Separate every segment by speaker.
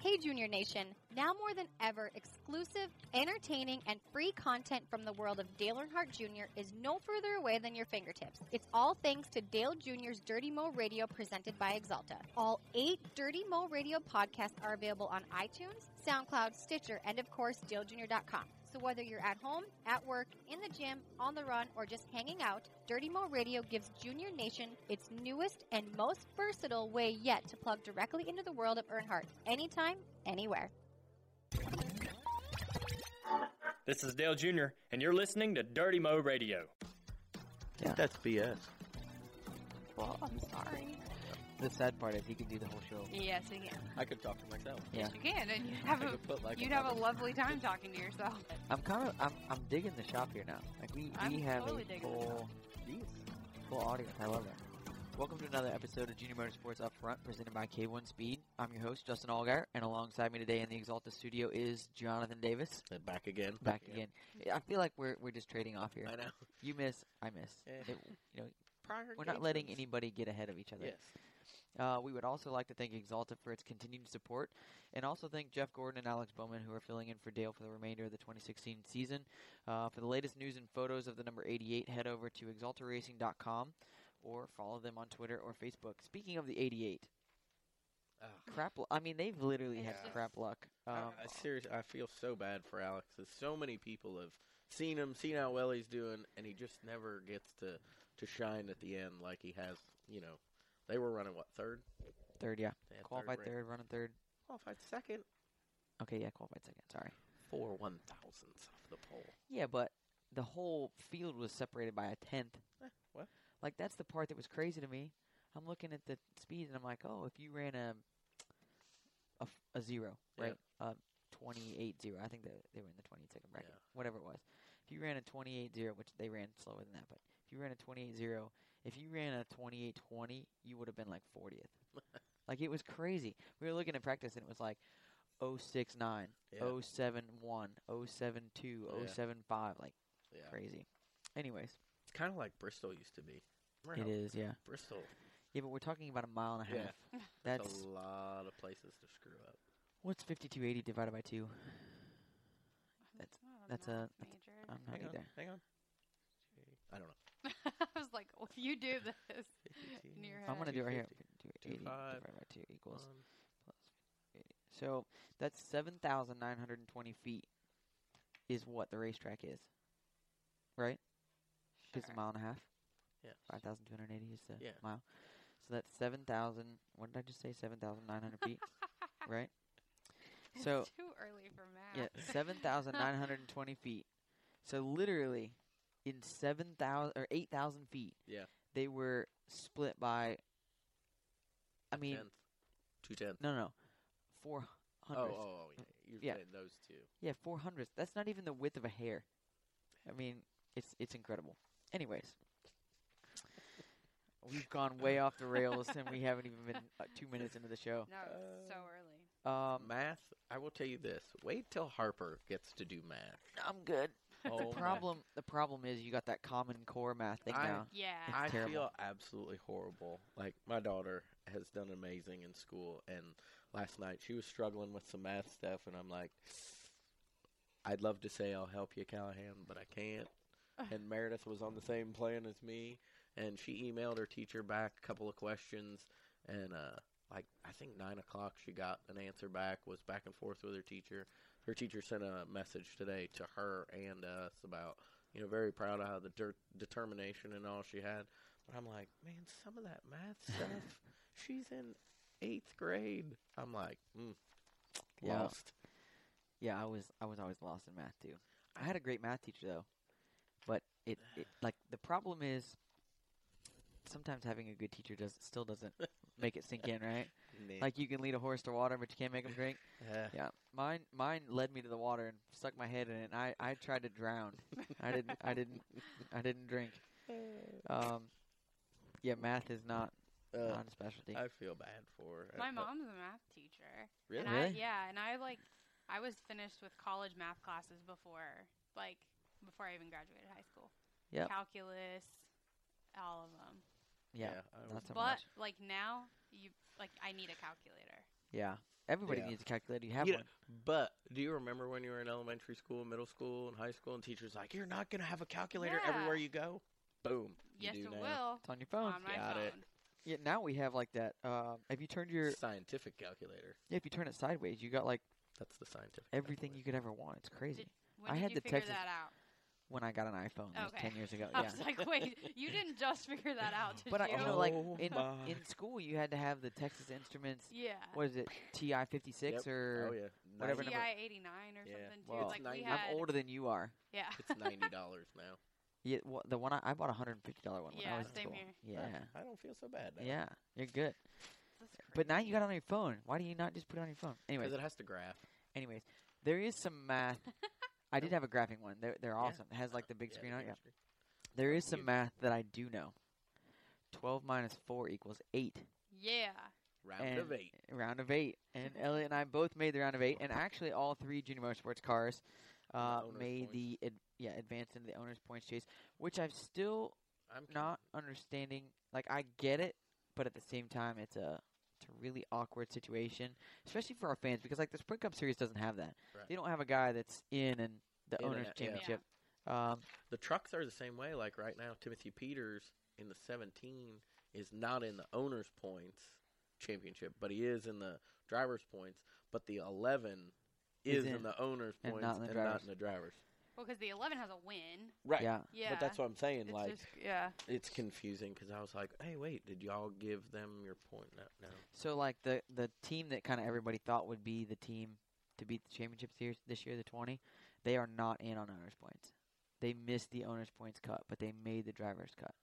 Speaker 1: Hey, Junior Nation, now more than ever, exclusive, entertaining, and free content from the world of Dale Earnhardt Jr. is no further away than your fingertips. It's all thanks to Dale Jr.'s Dirty Mo Radio presented by Exalta. All eight Dirty Mo Radio podcasts are available on iTunes, SoundCloud, Stitcher, and of course, DaleJr.com. So whether you're at home, at work, in the gym, on the run, or just hanging out, Dirty Mo Radio gives Junior Nation its newest and most versatile way yet to plug directly into the world of Earnhardt, anytime, anywhere.
Speaker 2: This is Dale Jr., and you're listening to Dirty Mo Radio.
Speaker 3: Yeah.
Speaker 4: That's BS.
Speaker 5: Well, I'm sorry.
Speaker 3: The sad part is he can do the whole show.
Speaker 5: Yes, you can.
Speaker 4: I could talk to myself.
Speaker 3: Yeah.
Speaker 5: You can, and you have
Speaker 4: I
Speaker 5: a
Speaker 4: could put like
Speaker 5: you'd have a lovely time talking to yourself.
Speaker 3: I'm kind of I'm, I'm digging the shop here now. Like we,
Speaker 5: I'm
Speaker 3: we have
Speaker 5: totally
Speaker 3: a
Speaker 5: digging the
Speaker 3: full these full audience. I love that. Welcome to another episode of Junior Motorsports Up Front, presented by K1 Speed. I'm your host Justin Allgaier, and alongside me today in the Exalta studio is Jonathan Davis.
Speaker 4: Uh, Back again.
Speaker 3: Back again. I feel like we're we're just trading off
Speaker 4: I
Speaker 3: here.
Speaker 4: know.
Speaker 3: You miss, I miss.
Speaker 4: Eh.
Speaker 3: It- you know,
Speaker 4: Prior
Speaker 3: we're not letting anybody get ahead of each other.
Speaker 4: Yes.
Speaker 3: Uh, we would also like to thank Exalta for its continued support, and also thank Jeff Gordon and Alex Bowman, who are filling in for Dale for the remainder of the 2016 season. Uh, for the latest news and photos of the number 88, head over to exaltaracing.com or follow them on Twitter or Facebook. Speaking of the 88,
Speaker 4: Ugh.
Speaker 3: crap! lu- I mean, they've literally had
Speaker 4: Yeah.
Speaker 3: crap luck. Um,
Speaker 4: I, I seriously, I feel so bad for Alex. 'cause So many people have seen him, seen how well he's doing, and he just never gets to to shine at the end like he has. You know, they were running what third,
Speaker 3: third, yeah,
Speaker 4: They had
Speaker 3: qualified
Speaker 4: third
Speaker 3: third,
Speaker 4: rank.
Speaker 3: running third.
Speaker 4: qualified second,
Speaker 3: Okay, yeah, qualified second. Sorry.
Speaker 4: four one thousandths off the pole.
Speaker 3: Yeah, but the whole field was separated by a tenth.
Speaker 4: Eh, what?
Speaker 3: Like that's the part that was crazy to me. I'm looking at the speed and I'm like, oh, if you ran a a, f- a zero,
Speaker 4: Yeah.
Speaker 3: right? Uh, 28 0. I think that they were in the 20 second bracket,
Speaker 4: Yeah.
Speaker 3: whatever it was. If you ran a 28 0, which they ran slower than that, but if you ran a 28 0, if you ran a 28 20, you would have been like 40th. like it was crazy. We were looking at practice and it was like 069,
Speaker 4: Yeah.
Speaker 3: 071, 072,
Speaker 4: Yeah.
Speaker 3: 075. Like
Speaker 4: Yeah,
Speaker 3: crazy. Anyways,
Speaker 4: it's kind of like Bristol used to be.
Speaker 3: it is, yeah.
Speaker 4: Bristol.
Speaker 3: Yeah, but we're talking about a mile and a
Speaker 4: Yeah.
Speaker 3: half.
Speaker 4: That's
Speaker 3: That's
Speaker 4: a lot of places to screw up.
Speaker 3: what's fifty-two eighty divided by two.
Speaker 4: Mm-hmm.
Speaker 3: That's
Speaker 5: Not
Speaker 3: that's
Speaker 5: math
Speaker 3: a.
Speaker 5: major.
Speaker 3: I'm not
Speaker 4: hang on,
Speaker 3: either.
Speaker 4: hang on. I don't know.
Speaker 5: I was like, well, if you do this, in your
Speaker 3: oh. I'm gonna
Speaker 5: head.
Speaker 3: do it right here. 280
Speaker 4: 250. Five.
Speaker 3: divided by two equals
Speaker 4: Um,
Speaker 3: plus 80. So that's seven thousand nine hundred and twenty feet. Is what the racetrack is, right? It's
Speaker 5: Sure.
Speaker 3: a mile and a half.
Speaker 4: Yeah.
Speaker 3: Five thousand two hundred eighty is the
Speaker 4: Yeah.
Speaker 3: mile. So that's seven thousand. What did I just say? Seven thousand nine hundred feet, right? So
Speaker 5: it's too early for math.
Speaker 3: Yeah, 7,920 feet. So literally, in 7,000 or 8,000 feet,
Speaker 4: yeah.
Speaker 3: they were split by, I mean,
Speaker 4: tenth. Two tenths.
Speaker 3: no, no, no, 400.
Speaker 4: Oh, oh, oh, yeah. You're
Speaker 3: Yeah.
Speaker 4: saying those two.
Speaker 3: Yeah, 400. That's not even the width of a hair. I mean, it's it's incredible. Anyways, we've gone way off the rails and we haven't even been uh, two minutes into the show.
Speaker 5: No, it's so early.
Speaker 3: Um,
Speaker 4: Uh, Math, I will tell you this. Wait till Harper gets to do math.
Speaker 3: I'm good.
Speaker 4: Oh,
Speaker 3: the
Speaker 4: my-
Speaker 3: problem the problem is you got that common core math thing
Speaker 4: I-
Speaker 3: now.
Speaker 5: Yeah.
Speaker 4: I
Speaker 3: terrible.
Speaker 4: feel absolutely horrible. Like, my daughter has done amazing in school, and last night she was struggling with some math stuff, and I'm like, I'd love to say I'll help you, Callahan, but I can't. And Meredith was on the same plan as me, and she emailed her teacher back a couple of questions, and uh, like I think nine o'clock she got an answer back. Was back and forth with her teacher. Her teacher sent a message today to her and us about you know very proud of how the der- determination and all she had. But I'm like, man, some of that math stuff. she's in eighth grade. I'm like, mm,
Speaker 3: Yeah.
Speaker 4: lost.
Speaker 3: Yeah, I was I was always lost in math too. I had a great math teacher though, but it, it like the problem is sometimes having a good teacher does still doesn't make it sink in, right?
Speaker 4: Nah.
Speaker 3: Like you can lead a horse to water, but you can't make him drink.
Speaker 4: Yeah.
Speaker 3: Yeah, mine mine led me to the water and stuck my head in it. And I I tried to drown. I didn't I didn't I didn't drink. Um, yeah, math is not
Speaker 4: Uh,
Speaker 3: not a specialty.
Speaker 4: I feel bad for her.
Speaker 5: My
Speaker 4: but-
Speaker 5: mom's a math teacher.
Speaker 4: Really?
Speaker 5: And I,
Speaker 3: Really?
Speaker 5: yeah, and I like, I was finished with college math classes before, like, before I even graduated high school.
Speaker 3: Yep.
Speaker 5: Calculus, all of them.
Speaker 3: yeah,
Speaker 4: Yeah, I was-
Speaker 3: not so
Speaker 5: but
Speaker 3: much.
Speaker 5: like now, you like I need a calculator.
Speaker 3: Yeah, Everybody
Speaker 4: Yeah.
Speaker 3: needs a calculator. You have
Speaker 4: You know-
Speaker 3: one.
Speaker 4: But do you remember when you were in elementary school, middle school, and high school, and teachers like, "You're not gonna have a calculator
Speaker 5: Yeah.
Speaker 4: everywhere you go." Boom.
Speaker 5: yes,
Speaker 4: you
Speaker 5: it
Speaker 4: do now.
Speaker 5: will.
Speaker 3: It's on your phone.
Speaker 5: on my
Speaker 4: Got
Speaker 5: phone.
Speaker 4: it.
Speaker 3: Yeah, now we have like that. Uh, if you turned your
Speaker 4: Scientific calculator.
Speaker 3: yeah, if you turn it sideways, you got like
Speaker 4: That's the scientific.
Speaker 3: everything you
Speaker 4: calculator.
Speaker 3: could ever want. It's crazy.
Speaker 5: When
Speaker 3: I
Speaker 5: did
Speaker 3: had
Speaker 5: you
Speaker 3: the
Speaker 5: figure
Speaker 3: Texas-
Speaker 5: that out?
Speaker 3: When I got an iPhone, that was
Speaker 5: Okay.
Speaker 3: ten years ago.
Speaker 5: I
Speaker 3: Yeah,
Speaker 5: was like, wait, you didn't just figure that out, did
Speaker 3: but I,
Speaker 5: you?
Speaker 3: you know, like
Speaker 4: Oh
Speaker 3: in
Speaker 4: my.
Speaker 3: in school, you had to have the Texas Instruments.
Speaker 5: yeah.
Speaker 3: What is it? TI fifty six
Speaker 4: Yep.
Speaker 3: or
Speaker 4: Oh yeah.
Speaker 3: whatever
Speaker 4: Ninety-
Speaker 3: number-
Speaker 5: TI eighty nine or
Speaker 4: Yeah.
Speaker 5: something. Dude,
Speaker 3: Well,
Speaker 5: like we
Speaker 4: it's
Speaker 5: had,
Speaker 3: I'm older than you are.
Speaker 5: Yeah.
Speaker 4: It's ninety dollars now.
Speaker 3: Yeah, wha- the one I, I bought a hundred and fifty dollar one when
Speaker 5: Yeah,
Speaker 3: I was in
Speaker 5: same
Speaker 3: school.
Speaker 5: here.
Speaker 3: Yeah,
Speaker 4: I don't feel so bad. Now.
Speaker 3: yeah, you're good.
Speaker 5: That's
Speaker 3: But now
Speaker 5: crazy.
Speaker 3: you got it on your phone. Why do you not just put it on your phone? Anyways,
Speaker 4: Because it has to graph.
Speaker 3: anyways, there is some math. I did have a graphing one. They're, they're
Speaker 4: Yeah.
Speaker 3: awesome. It has like the big
Speaker 4: Yeah,
Speaker 3: screen
Speaker 4: the
Speaker 3: on it.
Speaker 4: big
Speaker 3: Yeah.
Speaker 4: screen.
Speaker 3: There is some
Speaker 4: Huge.
Speaker 3: math that I do know. Twelve minus four equals eight.
Speaker 5: Yeah.
Speaker 4: Round of
Speaker 3: And-
Speaker 4: eight.
Speaker 3: Round of eight, and Elliot and I both made the round of eight, and actually all three Junior Motorsports cars uh,
Speaker 4: owner's
Speaker 3: made
Speaker 4: points.
Speaker 3: the ad- yeah advance into the owners' points chase, which I'm still
Speaker 4: I'm con-
Speaker 3: not understanding. Like I get it, but at the same time, it's a it's a really awkward situation, especially for our fans because like the Sprint Cup Series doesn't have that.
Speaker 4: Right.
Speaker 3: They don't have a guy that's in and the
Speaker 4: In and
Speaker 3: owners'
Speaker 4: out, yeah.
Speaker 3: championship. Um,
Speaker 4: The trucks are the same way. Like right now, Timothy Peters in the 17 is not in the owners' points championship, but he is in the drivers' points. But the 11
Speaker 3: Is
Speaker 4: is in,
Speaker 3: in
Speaker 4: the owners'
Speaker 3: and
Speaker 4: points
Speaker 3: not in the
Speaker 4: and
Speaker 3: drivers'.
Speaker 4: not in the drivers.
Speaker 5: Well, because the eleven has a win.
Speaker 4: Right.
Speaker 3: Yeah,
Speaker 5: Yeah.
Speaker 4: But that's what I'm saying.
Speaker 5: it's
Speaker 4: like
Speaker 5: just, yeah.
Speaker 4: it's confusing because I was like, hey, wait, did y'all give them your point? No. no.
Speaker 3: so like the the team that kind of everybody thought would be the team to beat the championship series this year, the twenty, they are not in on owners' points. They missed the owners' points cut, but they made the drivers' cut.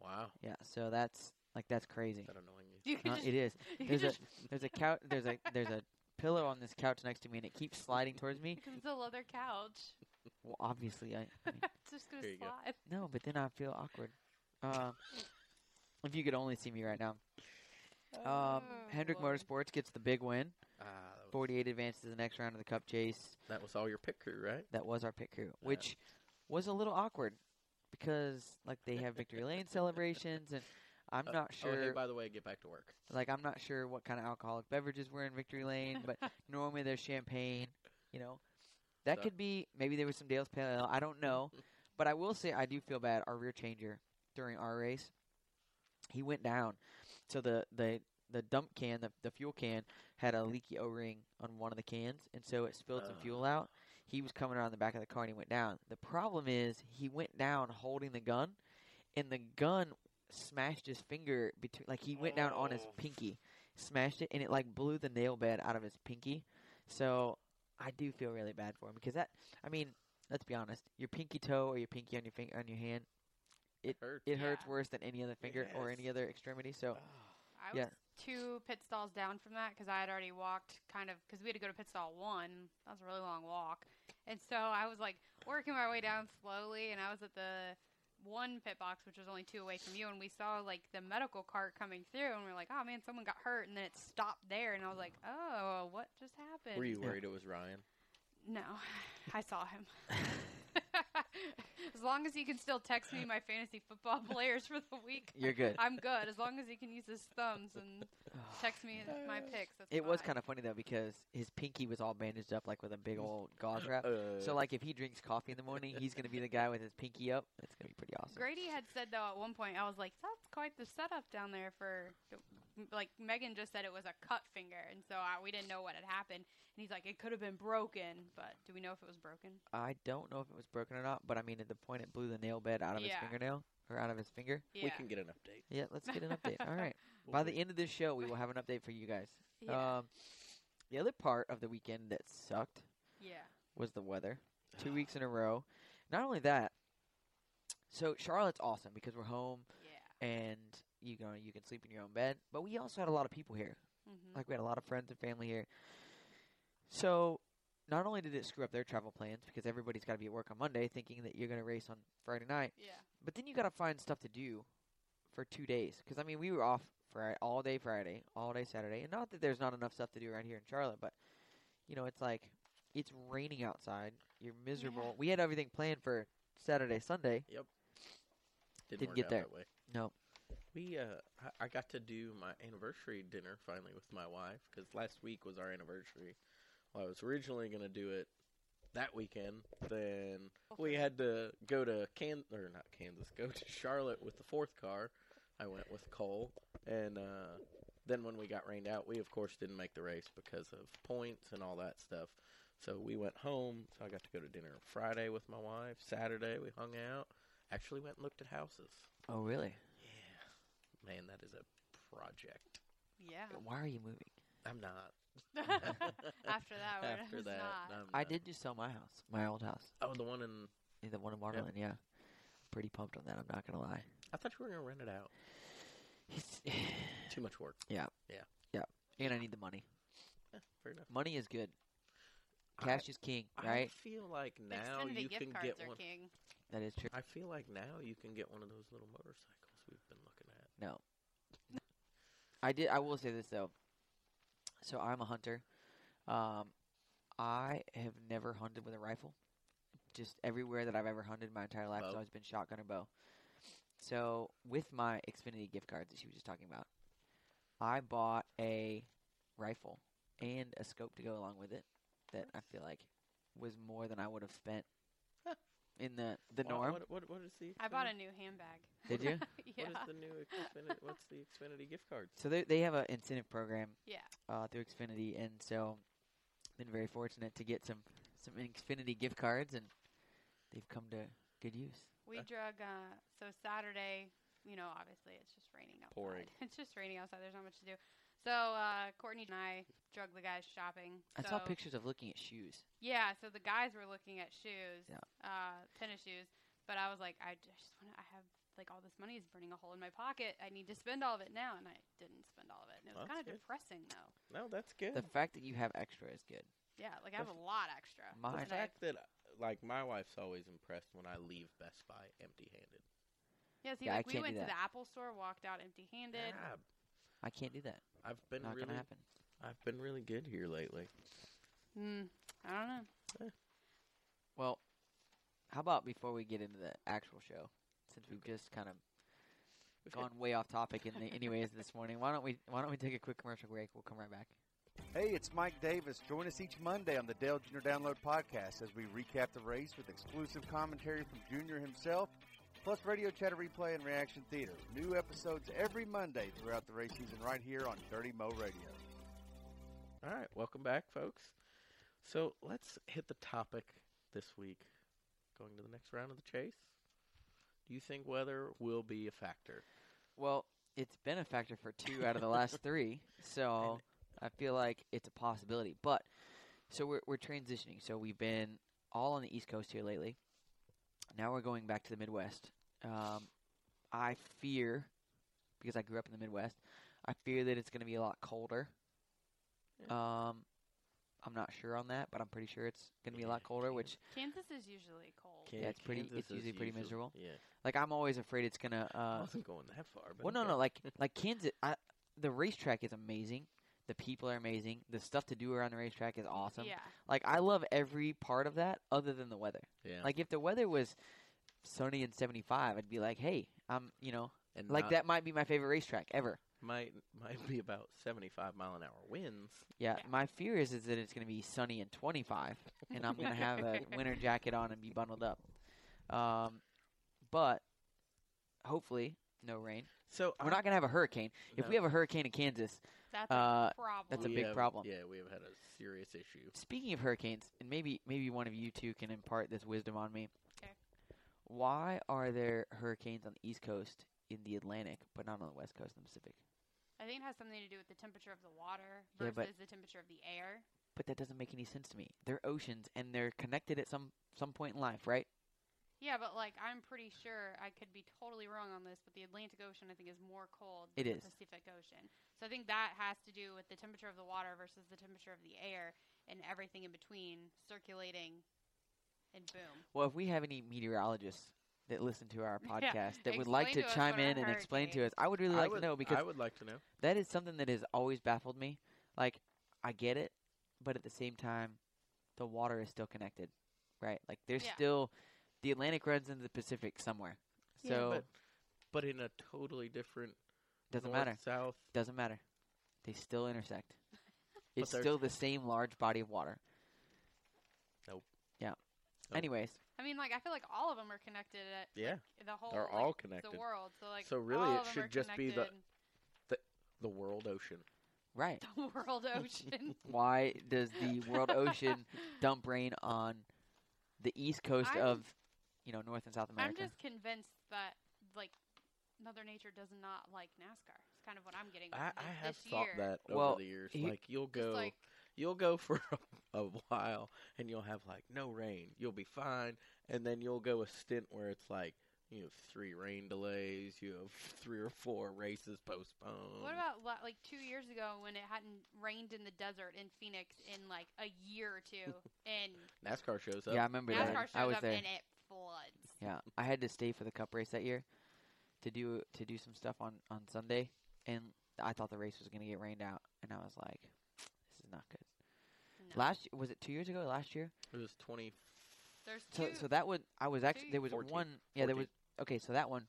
Speaker 4: Wow.
Speaker 3: Yeah, so that's like that's crazy.
Speaker 4: That annoying you.
Speaker 5: You could
Speaker 3: Uh,
Speaker 5: just,
Speaker 3: it is.
Speaker 5: you could
Speaker 3: there's a
Speaker 5: just
Speaker 3: there's a couch there's a there's a pillow on this couch next to me and it keeps sliding towards me.
Speaker 5: because it's a leather couch.
Speaker 3: Well, obviously I, I mean,
Speaker 5: it's just gonna
Speaker 4: Here you go.
Speaker 5: slide.
Speaker 3: no, but then I feel awkward. Um, if you could only see me right now, um,
Speaker 5: Oh,
Speaker 3: Hendrick
Speaker 5: Lord.
Speaker 3: Motorsports gets the big win.
Speaker 4: Ah, that was,
Speaker 3: Forty-eight advances to the next round of the Cup chase.
Speaker 4: that was all your pit crew, right?
Speaker 3: That was our pit crew, which was a little awkward because like they have victory lane celebrations and. I'm
Speaker 4: Uh,
Speaker 3: not sure.
Speaker 4: Oh, hey, by the way, get back to work.
Speaker 3: Like I'm not sure what kind of alcoholic beverages were in Victory Lane, but normally there's champagne. You know, that
Speaker 4: So-
Speaker 3: could be maybe there was some Dale's Pale Ale. I don't know, but I will say I do feel bad. Our rear changer during our race, he went down. So the the the dump can, the, the fuel can, had a leaky O-ring on one of the cans, and so it spilled some
Speaker 4: Ah.
Speaker 3: fuel out. He was coming around the back of the car and he went down. The problem is he went down holding the gun, and the gun smashed his finger between like he went down on his
Speaker 4: Oh.
Speaker 3: pinky smashed it and it like blew the nail bed out of his pinky so i do feel really bad for him because that i mean let's be honest your pinky toe or your pinky on your finger on your hand It-
Speaker 4: hurt.
Speaker 3: it hurts
Speaker 5: Yeah.
Speaker 3: worse than any other finger or
Speaker 4: Yes.
Speaker 3: any other extremity so
Speaker 5: I was
Speaker 3: Yeah.
Speaker 5: two pit stalls down from that because I had already walked kind of because we had to go to pit stall one. That was a really long walk, and so I was like working my way down slowly, and I was at the one pit box, which was only two away from you, and we saw like the medical cart coming through, and we are like, oh man, someone got hurt, and then it stopped there, and I was like, oh, what just happened?
Speaker 4: Were you
Speaker 3: Yeah.
Speaker 4: worried it was Ryan?
Speaker 5: No, I saw him. as long as he can still text me my fantasy football players for the week.
Speaker 3: you're good
Speaker 5: I'm good as long as he can use his thumbs and text me his-
Speaker 4: Uh,
Speaker 5: my pics. That's
Speaker 3: it was
Speaker 5: fine.
Speaker 3: kind of funny though because his pinky was all bandaged up like with a big old gauze wrap
Speaker 4: Uh,
Speaker 3: so like if he drinks coffee in the morning he's gonna be the guy with his pinky up it's gonna be pretty awesome
Speaker 5: Grady had said though at one point, I was like, "That's quite the setup down there for." Like Megan just said, it was a cut finger, and so I, we didn't know what had happened. And he's like, "It could have been broken, but do we know if it was broken?"
Speaker 3: I don't know if it was broken or not, but I mean, at the point it blew the nail bed out of his
Speaker 5: Yeah.
Speaker 3: fingernail or out of his finger.
Speaker 5: Yeah.
Speaker 4: we can get an update.
Speaker 3: Yeah, let's get an update. All right. By the end of this show, we will have an update for you guys.
Speaker 4: uh,
Speaker 5: yeah.
Speaker 3: Um, the other part of the weekend that sucked
Speaker 5: yeah.
Speaker 3: was the weather. Two weeks in a row. Not only that, so Charlotte's awesome because we're home
Speaker 5: Yeah.
Speaker 3: and you know you can sleep in your own bed. But we also had a lot of people here.
Speaker 5: hmm
Speaker 3: Like we had a lot of friends and family here. So not only did it screw up their travel plans because everybody's got to be at work on Monday, thinking that you're going to race on Friday night.
Speaker 5: Yeah.
Speaker 3: But then you got to find stuff to do for two days. 'Cause I mean, we were off Friday, all day Friday, all day Saturday, and not that there's not enough stuff to do around here in Charlotte, but you know, it's like it's raining outside. You're miserable. We had everything planned for Saturday, Sunday.
Speaker 4: Yep. Didn't,
Speaker 3: Didn't
Speaker 4: work
Speaker 3: get
Speaker 4: out
Speaker 3: there.
Speaker 4: That way.
Speaker 3: No.
Speaker 4: we uh, I, I got to do my anniversary dinner finally with my wife because last week was our anniversary. Well, I was originally gonna do it that weekend. Then we had to go to Can or not Kansas, go to Charlotte with the fourth car. I went with Cole, and uh, then when we got rained out, we of course didn't make the race because of points and all that stuff. So we went home. So I got to go to dinner Friday with my wife. Saturday we hung out. Actually went and looked at houses.
Speaker 3: Oh, really?
Speaker 4: Yeah, man, that is a project.
Speaker 5: Yeah.
Speaker 3: Why are you moving?
Speaker 4: I'm not.
Speaker 5: After that, we're
Speaker 4: After
Speaker 5: just
Speaker 4: that,
Speaker 5: not.
Speaker 4: I'm
Speaker 3: I
Speaker 4: not.
Speaker 3: did just sell my house, my old house,
Speaker 4: Oh, the one in.
Speaker 3: Eh, the one in Marlin. Yeah, pretty pumped on that. I'm not gonna lie.
Speaker 4: I thought you were gonna rent it out.
Speaker 3: It's
Speaker 4: Too much work.
Speaker 3: and I need the money.
Speaker 4: Yeah, fair enough.
Speaker 3: Money is good.
Speaker 4: I-
Speaker 3: Cash is king,
Speaker 4: I
Speaker 3: right?
Speaker 4: feel like
Speaker 5: The
Speaker 4: now
Speaker 5: Xfinity
Speaker 4: you
Speaker 5: gift
Speaker 4: can
Speaker 5: cards
Speaker 4: get
Speaker 5: are
Speaker 4: one.
Speaker 5: king.
Speaker 3: That is true.
Speaker 4: I feel like now you can get one of those little motorcycles we've been looking at.
Speaker 3: No. I did. I will say this though. So I'm a hunter. Um, I have never hunted with a rifle. Just everywhere that I've ever hunted in my entire life has
Speaker 4: Bow.
Speaker 3: always been shotgun or bow. So with my Xfinity gift card that she was just talking about, I bought a rifle and a scope to go along with it. That I feel like was more than I would have spent
Speaker 4: Huh.
Speaker 3: in the the
Speaker 4: Wha-
Speaker 3: norm.
Speaker 4: What, what, what is the?
Speaker 5: I bought
Speaker 4: Xfinity-
Speaker 5: a new handbag.
Speaker 3: Did you?
Speaker 5: yeah.
Speaker 4: What is the new Xfinity? What's the Xfinity gift cards?
Speaker 3: So they they have an incentive program
Speaker 5: Yeah.
Speaker 3: uh, through Xfinity, and so been very fortunate to get some some Xfinity gift cards, and they've come to good use.
Speaker 5: We
Speaker 4: Uh.
Speaker 5: drug uh, so Saturday, you know, obviously it's just raining outside.
Speaker 4: Pouring.
Speaker 5: It's just raining outside. There's not much to do. So uh, Courtney and I drug the guys shopping.
Speaker 3: I saw
Speaker 5: so,
Speaker 3: pictures of looking at shoes.
Speaker 5: Yeah, so the guys were looking at shoes,
Speaker 3: Yeah.
Speaker 5: uh, tennis shoes, but I was like, I just want to. I have like all this money is burning a hole in my pocket. I need to spend all of it now, and I didn't spend all of it. And it was
Speaker 4: That's
Speaker 5: kind of
Speaker 4: good.
Speaker 5: depressing, though.
Speaker 4: No, that's good.
Speaker 3: The fact that you have extra is good.
Speaker 5: Yeah, like I have a lot extra.
Speaker 4: The
Speaker 3: Mine,
Speaker 5: And I-
Speaker 4: fact that, like, my wife's always impressed when I leave Best Buy empty-handed.
Speaker 5: Yeah, see,
Speaker 3: Yeah, I
Speaker 5: like we
Speaker 3: can't do
Speaker 5: went to
Speaker 3: that.
Speaker 5: the Apple store, walked out empty-handed.
Speaker 4: Ah,
Speaker 3: I can't do that.
Speaker 4: I've been
Speaker 3: Not
Speaker 4: really,
Speaker 3: gonna happen.
Speaker 4: I've been really good here lately.
Speaker 5: Mm, I don't know.
Speaker 3: Well, how about before we get into the actual show, since we've just kind of
Speaker 4: We've had-
Speaker 3: gone way off topic in the anyways this morning, why don't we why don't we take a quick commercial break? We'll come right back.
Speaker 6: Hey, it's Mike Davis. Join us each Monday on the Dale Jr. Download Podcast as we recap the race with exclusive commentary from Junior himself, plus radio chatter replay and reaction theater. New episodes every Monday throughout the race season right here on Dirty Mo Radio.
Speaker 4: All right, welcome back, folks. So let's hit the topic this week. Going to the next round of the chase. Do you think weather will be a factor?
Speaker 3: Well, it's been a factor for two out of the last three, so I feel like it's a possibility. But so we're we're transitioning. So we've been all on the East Coast here lately. Now we're going back to the Midwest. Um, I fear because I grew up in the Midwest. I fear that it's going to be a lot colder. Um, I'm not sure on that, but I'm pretty sure it's going to be a lot
Speaker 4: Yeah,
Speaker 3: colder,
Speaker 4: Kansas-
Speaker 3: which
Speaker 5: Kansas is usually cold.
Speaker 4: Can-
Speaker 3: Yeah, it's pretty-
Speaker 4: Kansas
Speaker 3: it's
Speaker 4: is
Speaker 3: usually pretty
Speaker 4: usual-
Speaker 3: miserable.
Speaker 4: Yeah,
Speaker 3: like I'm always afraid it's going to
Speaker 4: I
Speaker 3: uh
Speaker 4: wasn't going that far. But
Speaker 3: Well, no,
Speaker 4: okay.
Speaker 3: no, like like Kansas, I, the racetrack is amazing. The people are amazing. The stuff to do around the racetrack is awesome.
Speaker 5: Yeah.
Speaker 3: Like I love every part of that, other than the weather.
Speaker 4: yeah,
Speaker 3: Like if the weather was sunny and 75, I'd be like, hey, I'm, you know,
Speaker 4: and
Speaker 3: like
Speaker 4: not-
Speaker 3: that might be my favorite racetrack ever.
Speaker 4: might might be about seventy-five mile an hour winds.
Speaker 3: Yeah,
Speaker 5: Yeah.
Speaker 3: my fear is is that it's going to be sunny and 25, and I'm going to have a winter jacket on and be bundled up. Um, but hopefully, no rain.
Speaker 4: So
Speaker 3: We're not going to have a hurricane. If we have a hurricane in Kansas,
Speaker 5: That's a
Speaker 3: Uh,
Speaker 5: problem.
Speaker 3: that's a big problem.
Speaker 4: Yeah, we have had a serious issue.
Speaker 3: Speaking of hurricanes, and maybe maybe one of you two can impart this wisdom on me.
Speaker 5: 'Kay.
Speaker 3: Why are there hurricanes on the East Coast in the Atlantic, but not on the West Coast and the Pacific?
Speaker 5: I think it has something to do with the temperature of the water
Speaker 3: Yeah,
Speaker 5: versus
Speaker 3: but-
Speaker 5: the temperature of the air.
Speaker 3: But that doesn't make any sense to me. They're oceans, and they're connected at some some point in life, right?
Speaker 5: Yeah, but like I'm pretty sure I could be totally wrong on this, but the Atlantic Ocean I think is more cold
Speaker 3: It
Speaker 5: than
Speaker 3: is.
Speaker 5: the Pacific Ocean. So I think that has to do with the temperature of the water versus the temperature of the air and everything in between circulating and boom.
Speaker 3: Well, if we have any meteorologists that listen to our
Speaker 5: Yeah,
Speaker 3: podcast that would like to
Speaker 5: explain to us
Speaker 3: chime
Speaker 5: what a
Speaker 3: in and explain to
Speaker 5: hurricane-
Speaker 3: us, I would really
Speaker 4: I
Speaker 3: like
Speaker 4: would,
Speaker 3: to know because
Speaker 4: I would like to know.
Speaker 3: that is something that has always baffled me. Like, I get it, but at the same time, the water is still connected, right? Like, there's
Speaker 5: Yeah.
Speaker 3: still the Atlantic runs into the Pacific somewhere.
Speaker 4: Yeah,
Speaker 3: So,
Speaker 4: but, but in a totally different
Speaker 3: Doesn't
Speaker 4: north,
Speaker 3: matter.
Speaker 4: South.
Speaker 3: Doesn't matter. They still intersect.
Speaker 4: But
Speaker 3: It's
Speaker 4: they're-
Speaker 3: still the same large body of water.
Speaker 4: Nope.
Speaker 3: Yeah.
Speaker 4: Nope.
Speaker 3: Anyways,
Speaker 5: I mean, like I feel like all of them are connected. At
Speaker 4: Yeah.
Speaker 5: the whole
Speaker 4: They're
Speaker 5: like,
Speaker 4: all connected.
Speaker 5: The world. So like.
Speaker 4: So really
Speaker 5: all
Speaker 4: it
Speaker 5: of 'em
Speaker 4: should
Speaker 5: are
Speaker 4: just be the-
Speaker 5: connected.
Speaker 4: The world ocean.
Speaker 3: right.
Speaker 5: the world ocean.
Speaker 3: Why does the world ocean dump rain on the east coast
Speaker 5: I'm-
Speaker 3: of, you know, North and South
Speaker 5: I'm
Speaker 3: America?
Speaker 5: just convinced that like Mother Nature does not like NASCAR. It's kind of what I'm getting.
Speaker 4: I,
Speaker 5: thi-
Speaker 4: I have
Speaker 5: this
Speaker 4: thought
Speaker 5: year.
Speaker 4: that
Speaker 3: Well,
Speaker 4: over the years.
Speaker 3: he-
Speaker 4: like you'll
Speaker 5: Just
Speaker 4: go,
Speaker 5: like
Speaker 4: you'll go for a, while, and you'll have like no rain. You'll be fine, and then you'll go a stint where it's like you have three rain delays. You have three or four races postponed.
Speaker 3: um,
Speaker 5: What about la- like two years ago when it hadn't rained in the desert in Phoenix in like a year or two, and
Speaker 4: NASCAR shows up?
Speaker 3: yeah, I remember
Speaker 4: Yeah.
Speaker 5: NASCAR
Speaker 3: that. I
Speaker 5: shows
Speaker 3: was
Speaker 5: up
Speaker 3: there.
Speaker 5: and it floods.
Speaker 3: Yeah, I had to stay for the cup race that year to do to do some stuff on on Sunday, and I thought the race was gonna get rained out, and I was like, "This is not good."
Speaker 5: No.
Speaker 3: Last was it two years ago? Last year?
Speaker 4: It was twenty.
Speaker 5: There's
Speaker 3: So
Speaker 5: two.
Speaker 3: so that one I was actually
Speaker 5: two-
Speaker 3: there was
Speaker 4: 14,
Speaker 3: one yeah there
Speaker 4: 14.
Speaker 3: was okay so that one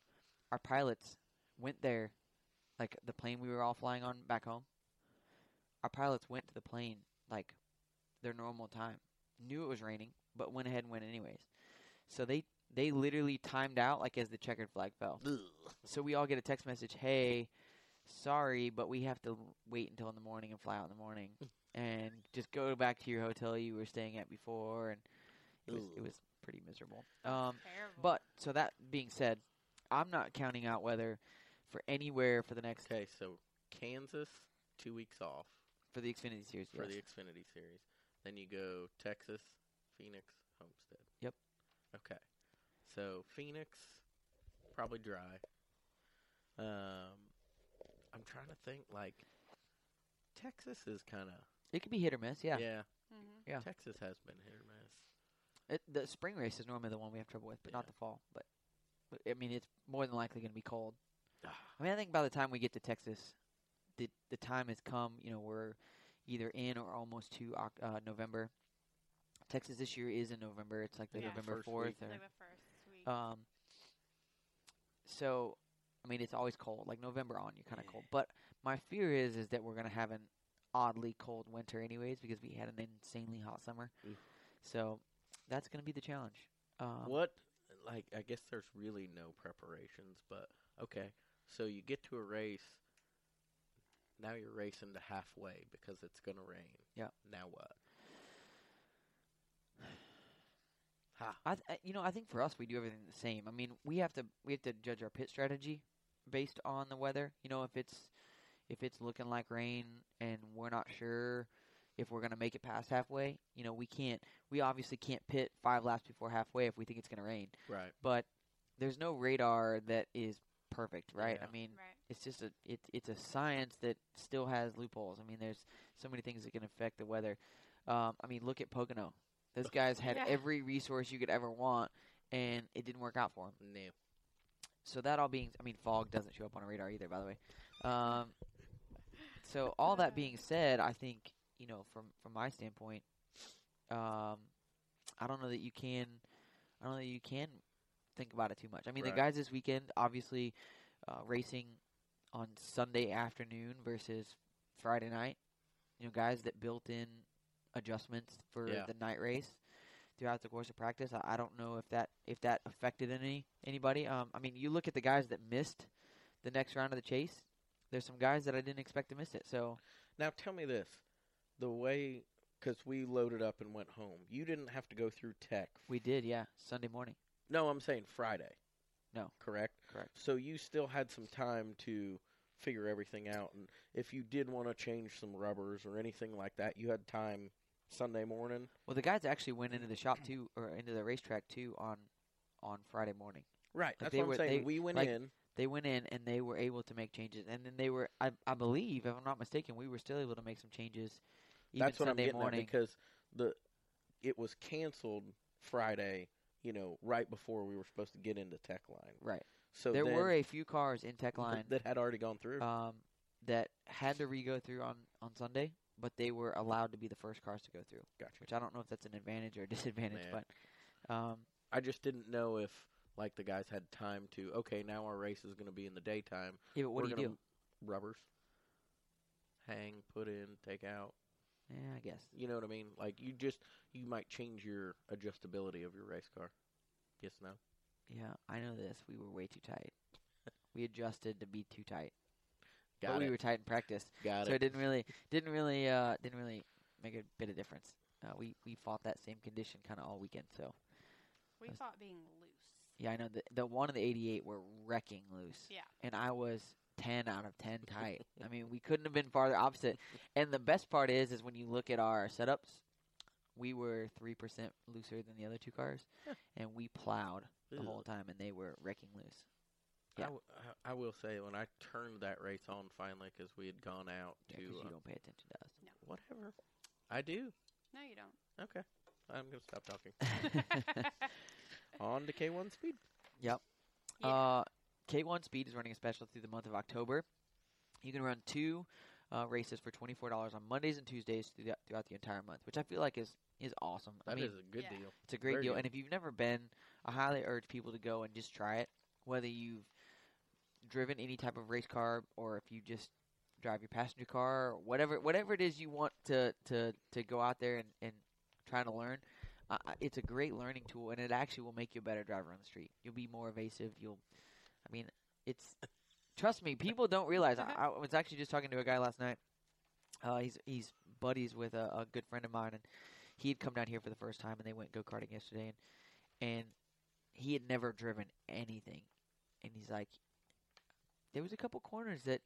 Speaker 3: our pilots went there like the plane we were all flying on back home our pilots went to the plane like their normal time knew it was raining but went ahead and went anyways so they they literally timed out like as the checkered flag fell so we all get a text message hey sorry but we have to l- wait until in the morning and fly out in the morning and just go back to your hotel you were staying at before and it was, it
Speaker 4: Ugh.
Speaker 3: was pretty miserable
Speaker 5: That's
Speaker 3: um
Speaker 5: terrible.
Speaker 3: but so that being said i'm not counting out weather for anywhere for the next
Speaker 4: Okay, so Kansas two weeks off
Speaker 3: for the xfinity series
Speaker 4: for
Speaker 3: yes.
Speaker 4: the Xfinity series. Then you go Texas, Phoenix, Homestead.
Speaker 3: Yep.
Speaker 4: Okay, so Phoenix probably dry. Um, I'm trying to think like Texas is kind of
Speaker 3: it could be hit or miss yeah,
Speaker 4: yeah.
Speaker 5: Mhm.
Speaker 3: Yeah.
Speaker 4: Texas has been hit or miss.
Speaker 3: It, the spring race is normally the one we have trouble with but not
Speaker 4: Yeah.
Speaker 3: the fall but, but i mean it's more than likely going to be cold
Speaker 4: Ah,
Speaker 3: I mean, I think by the time we get to Texas, the the time has come. You know, we're either in or almost to Oc- uh, November. Texas this year is in November. It's like the
Speaker 5: Yeah.
Speaker 3: November
Speaker 4: First week.
Speaker 3: fourth.
Speaker 5: They went first. Sweet.
Speaker 3: Or, um. So, I mean, it's always cold. Like November on, you're kind of
Speaker 4: Yeah.
Speaker 3: cold. But my fear is is that we're gonna have an oddly cold winter, anyways, because we had an insanely hot summer.
Speaker 4: Oof.
Speaker 3: So, that's gonna be the challenge. Um,
Speaker 4: what like I guess there's really no preparations, but okay. So you get to a race. Now you're racing to halfway because it's gonna rain.
Speaker 3: Yeah.
Speaker 4: Now what? Ha.
Speaker 3: I th- I- you know, I think for us we do everything the same. I mean, we have to we have to judge our pit strategy based on the weather. You know, if it's if it's looking like rain and we're not sure if we're going to make it past halfway, you know, we can't we obviously can't pit 5 laps before halfway if we think it's going to rain.
Speaker 4: Right.
Speaker 3: But there's no radar that is perfect, right?
Speaker 4: Yeah.
Speaker 3: I mean,
Speaker 5: right.
Speaker 3: it's just a it, it's a science that still has loopholes. I mean, there's so many things that can affect the weather. Um, I mean, look at Pocono. Those guys had
Speaker 5: Yeah.
Speaker 3: every resource you could ever want, and it didn't work out for them.
Speaker 4: No.
Speaker 3: So that all being, I mean, fog doesn't show up on a radar either, by the way. Um, so all that being said, I think you know, from from my standpoint, um, I don't know that you can, I don't know that you can think about it too much. I mean, the
Speaker 4: Right.
Speaker 3: guys this weekend, obviously, uh, racing on Sunday afternoon versus Friday night. You know, guys that built in adjustments for
Speaker 4: Yeah.
Speaker 3: the night race throughout the course of practice. I, I don't know if that if that affected any anybody. Um, I mean, you look at the guys that missed the next round of the chase. There's some guys that I didn't expect to miss it. So
Speaker 4: Now tell me this: the way because we loaded up and went home, you didn't have to go through tech.
Speaker 3: we did, yeah, Sunday morning.
Speaker 4: No, I'm saying Friday.
Speaker 3: No.
Speaker 4: Correct.
Speaker 3: Correct.
Speaker 4: So you still had some time to figure everything out, and if you did want to change some rubbers or anything like that, you had time Sunday morning.
Speaker 3: Well, the guys actually went into the shop too, or into the racetrack too on on Friday morning.
Speaker 4: Right.
Speaker 3: Like
Speaker 4: That's
Speaker 3: they
Speaker 4: what I'm
Speaker 3: were-
Speaker 4: saying.
Speaker 3: they-
Speaker 4: we went
Speaker 3: like-
Speaker 4: in.
Speaker 3: They went in and they were able to make changes, and then they were, I, I believe, if I'm not mistaken, we were still able to make some changes. Even
Speaker 4: That's what
Speaker 3: Sunday
Speaker 4: I'm getting
Speaker 3: morning.
Speaker 4: at because the it was canceled Friday. You know, right before we were supposed to get into tech line.
Speaker 3: right.
Speaker 4: So
Speaker 3: there
Speaker 4: then-
Speaker 3: were a few cars in tech line
Speaker 4: that had already gone through.
Speaker 3: um, that had to re-go through on, on Sunday, but they were allowed to be the first cars to go through,
Speaker 4: gotcha.
Speaker 3: which I don't know if that's an advantage or a disadvantage,
Speaker 4: Yeah.
Speaker 3: but um,
Speaker 4: I just didn't know if like the guys had time to. Okay, now our race is going to be in the daytime.
Speaker 3: yeah, but what
Speaker 4: We're
Speaker 3: do you
Speaker 4: gonna-
Speaker 3: do?
Speaker 4: rubbers. Hang, put in, take out.
Speaker 3: Yeah, I guess.
Speaker 4: You know what I mean? Like you just you might change your adjustability of your race car. Yes,
Speaker 3: Oh,
Speaker 4: no.
Speaker 3: Yeah, I know this. We were way too tight. we adjusted to be too tight.
Speaker 4: Got
Speaker 3: but
Speaker 4: it.
Speaker 3: we were tight in practice,
Speaker 4: Got
Speaker 3: so
Speaker 4: it.
Speaker 3: it didn't really, didn't really, uh, didn't really make a bit of difference. Uh, we we fought that same condition kind of all weekend. So
Speaker 5: We
Speaker 3: That's-
Speaker 5: thought being loose.
Speaker 3: yeah, I know the the one of the eighty eight were wrecking loose.
Speaker 5: Yeah.
Speaker 3: and I was ten out of ten tight. I mean, we couldn't have been farther opposite. And the best part is, is when you look at our setups, we were three percent looser than the other two cars, and we plowed the
Speaker 4: Ew.
Speaker 3: whole time, and they were wrecking loose.
Speaker 4: I
Speaker 3: yeah.
Speaker 4: w- I, I will say when I turned that race on finally because we had gone out
Speaker 3: Yeah,
Speaker 4: to
Speaker 3: 'cause
Speaker 4: uh,
Speaker 3: you don't pay attention to us.
Speaker 4: whatever. I do.
Speaker 5: No, you don't.
Speaker 4: Okay. I'm gonna stop talking. on to K1 speed.
Speaker 5: Yeah.
Speaker 3: Uh, K1 Speed is running a special through the month of October. You can run two uh, races for twenty four dollars on Mondays and Tuesdays through the, throughout the entire month, which I feel like is is awesome.
Speaker 4: That
Speaker 3: I
Speaker 4: is
Speaker 3: mean,
Speaker 4: a good
Speaker 5: yeah.
Speaker 4: deal.
Speaker 3: it's a great
Speaker 4: very
Speaker 3: deal,
Speaker 4: good.
Speaker 3: and if you've never been, I highly urge people to go and just try it. Whether you've driven any type of race car or if you just drive your passenger car or whatever whatever it is you want to to, to go out there and, and try to learn uh, uh, it's a great learning tool and it actually will make you a better driver on the street you'll be more evasive you'll i mean it's trust me people don't realize I, I was actually just talking to a guy last night uh, he's he's buddies with a, a good friend of mine and he had come down here for the first time and they went go-karting yesterday and, and he had never driven anything and he's like there was a couple corners that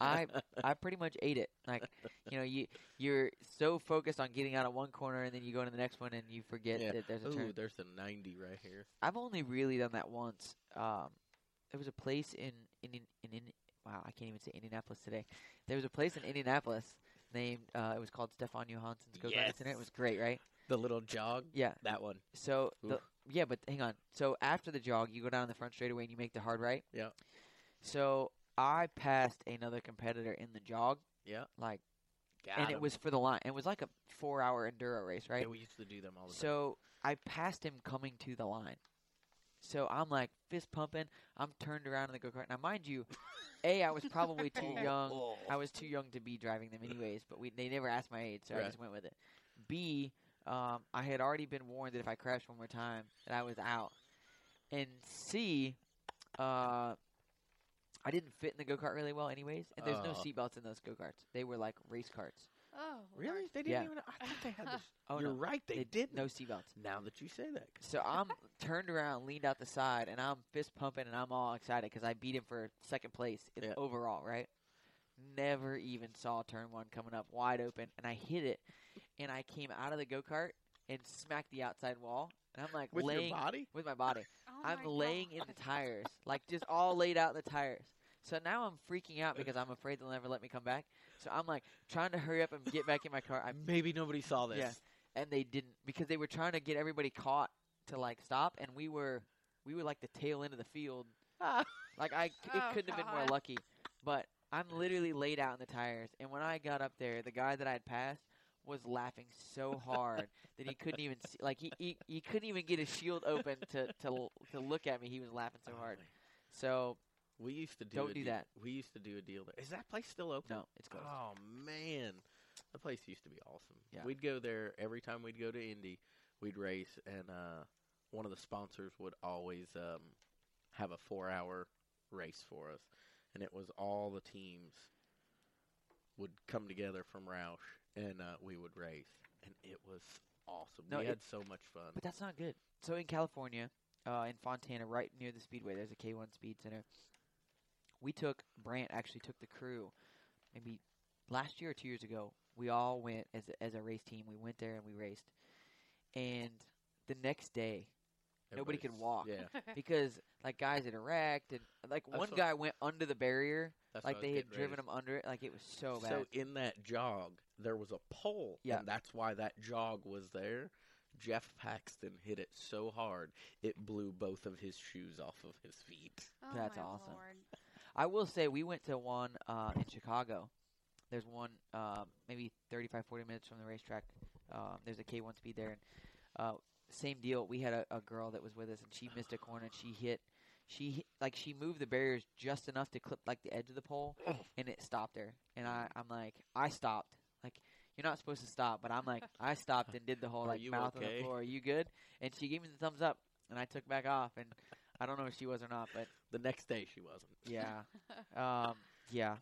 Speaker 3: I I pretty much ate it. Like you know, you you're so focused on getting out of one corner and then you go into the next one and you forget
Speaker 4: Yeah.
Speaker 3: that there's a
Speaker 4: Ooh,
Speaker 3: turn.
Speaker 4: there's a 90 right here.
Speaker 3: I've only really done that once. Um, there was a place in in in, in, in wow, I can't even say Indianapolis today. There was a place in Indianapolis named uh, it was called Stefan Johansson's Go Kart Center. It
Speaker 4: Yes.
Speaker 3: was great, right?
Speaker 4: The little jog.
Speaker 3: Yeah.
Speaker 4: That one.
Speaker 3: So the,
Speaker 4: Oof.
Speaker 3: yeah, but hang on. So after the jog, you go down the front straightaway and you make the hard right.
Speaker 4: Yeah.
Speaker 3: So I passed another competitor in the jog.
Speaker 4: Yeah.
Speaker 3: Like
Speaker 4: Got
Speaker 3: and
Speaker 4: 'em.
Speaker 3: it was for the line. It was like a four-hour enduro race, right?
Speaker 4: Yeah, we used to do them all the time.
Speaker 3: so I passed him coming to the line. So I'm like fist pumping. I'm turned around in the go kart. Now, mind you, a I was probably too young. I was too young to be driving them anyways. But we they never asked my age, so I
Speaker 4: Right.
Speaker 3: just went with it. B um, I had already been warned that if I crashed one more time, that I was out. And C, uh, I didn't fit in the go kart really well, anyways. And there's no
Speaker 4: Oh.
Speaker 3: seatbelts in those go karts. They were like race carts.
Speaker 5: oh,
Speaker 4: Really?
Speaker 5: Lord.
Speaker 4: They didn't
Speaker 3: Yeah.
Speaker 4: even. I thought they had this.
Speaker 3: Oh
Speaker 4: You're
Speaker 3: no,
Speaker 4: right. They,
Speaker 3: They-
Speaker 4: didn't.
Speaker 3: no seatbelts.
Speaker 4: Now that you say that, 'cause
Speaker 3: So I'm turned around, leaned out the side, and I'm fist pumping, and I'm all excited because I beat him for second place in
Speaker 4: Yeah.
Speaker 3: overall, right? Never even saw turn one coming up wide open, and I hit it, and I came out of the go kart and smacked the outside wall, and I'm like
Speaker 4: with
Speaker 3: laying
Speaker 4: your body,
Speaker 3: with my body.
Speaker 5: Oh
Speaker 3: I'm
Speaker 5: my
Speaker 3: laying in the
Speaker 5: God.
Speaker 3: tires, like just all laid out in the tires. So now I'm freaking out because I'm afraid they'll never let me come back. So I'm like trying to hurry up and get back in my car. I
Speaker 4: maybe nobody saw this.
Speaker 3: Yeah. and they didn't because they were trying to get everybody caught to like stop, and we were we were like the tail end of the field. like I, c- it
Speaker 5: Oh,
Speaker 3: couldn't have been more
Speaker 5: God.
Speaker 3: lucky. But I'm literally laid out in the tires, and when I got up there, the guy that I had passed was laughing so hard that he couldn't even see, like he, he he couldn't even get his shield open to to l- to look at me. He was laughing so
Speaker 4: Oh
Speaker 3: hard.
Speaker 4: my-
Speaker 3: So
Speaker 4: We used to do.
Speaker 3: Don't
Speaker 4: a
Speaker 3: do
Speaker 4: deal-
Speaker 3: that.
Speaker 4: We used to do a deal. There. Is that place still open?
Speaker 3: no, it's closed.
Speaker 4: Oh man, the place used to be awesome.
Speaker 3: Yeah.
Speaker 4: We'd go there every time we'd go to Indy. We'd race, and uh, one of the sponsors would always um, have a four-hour race for us, and it was all the teams would come together from Roush, and uh, we would race, and it was awesome.
Speaker 3: No,
Speaker 4: we
Speaker 3: it-
Speaker 4: had so much fun.
Speaker 3: But that's not good. So in California, uh, in Fontana, right near the speedway, there's a K1 Speed Center. We took Brant actually took the crew, maybe last year or two years ago. We all went as a, as a race team. We went there and we raced, and the next day nobody could
Speaker 4: Everybody's-
Speaker 3: walk.
Speaker 4: Yeah,
Speaker 3: because like guys had wrecked and like
Speaker 4: That's
Speaker 3: one
Speaker 4: what-
Speaker 3: guy went under the barrier,
Speaker 4: that's what I
Speaker 3: like
Speaker 4: was
Speaker 3: they had
Speaker 4: getting ready
Speaker 3: driven
Speaker 4: to
Speaker 3: him under it. Like it was so bad.
Speaker 4: So in that jog, there was a pole,
Speaker 3: Yeah.
Speaker 4: and that's why that jog was there. Jeff Paxton hit it so hard it blew both of his shoes off of his feet.
Speaker 5: Oh
Speaker 3: That's
Speaker 5: my
Speaker 3: awesome.
Speaker 5: Lord.
Speaker 3: I will say we went to one uh, in Chicago. There's one uh, maybe 35, 40 minutes from the racetrack. Um, there's a K1 speed there. And, uh, same deal. We had a, a girl that was with us, and she missed a corner. And she hit. she hit- like she moved the barriers just enough to clip like the edge of the pole, and it stopped her. And I I'm like I stopped. Like you're not supposed to stop, but I'm like I stopped and did the whole
Speaker 4: Are
Speaker 3: like
Speaker 4: you
Speaker 3: mouth on
Speaker 4: okay?
Speaker 3: the floor. Are you good? And she gave me the thumbs up, and I took back off. And I don't know if she was or not, but
Speaker 4: The next day she wasn't.
Speaker 3: yeah, um, yeah.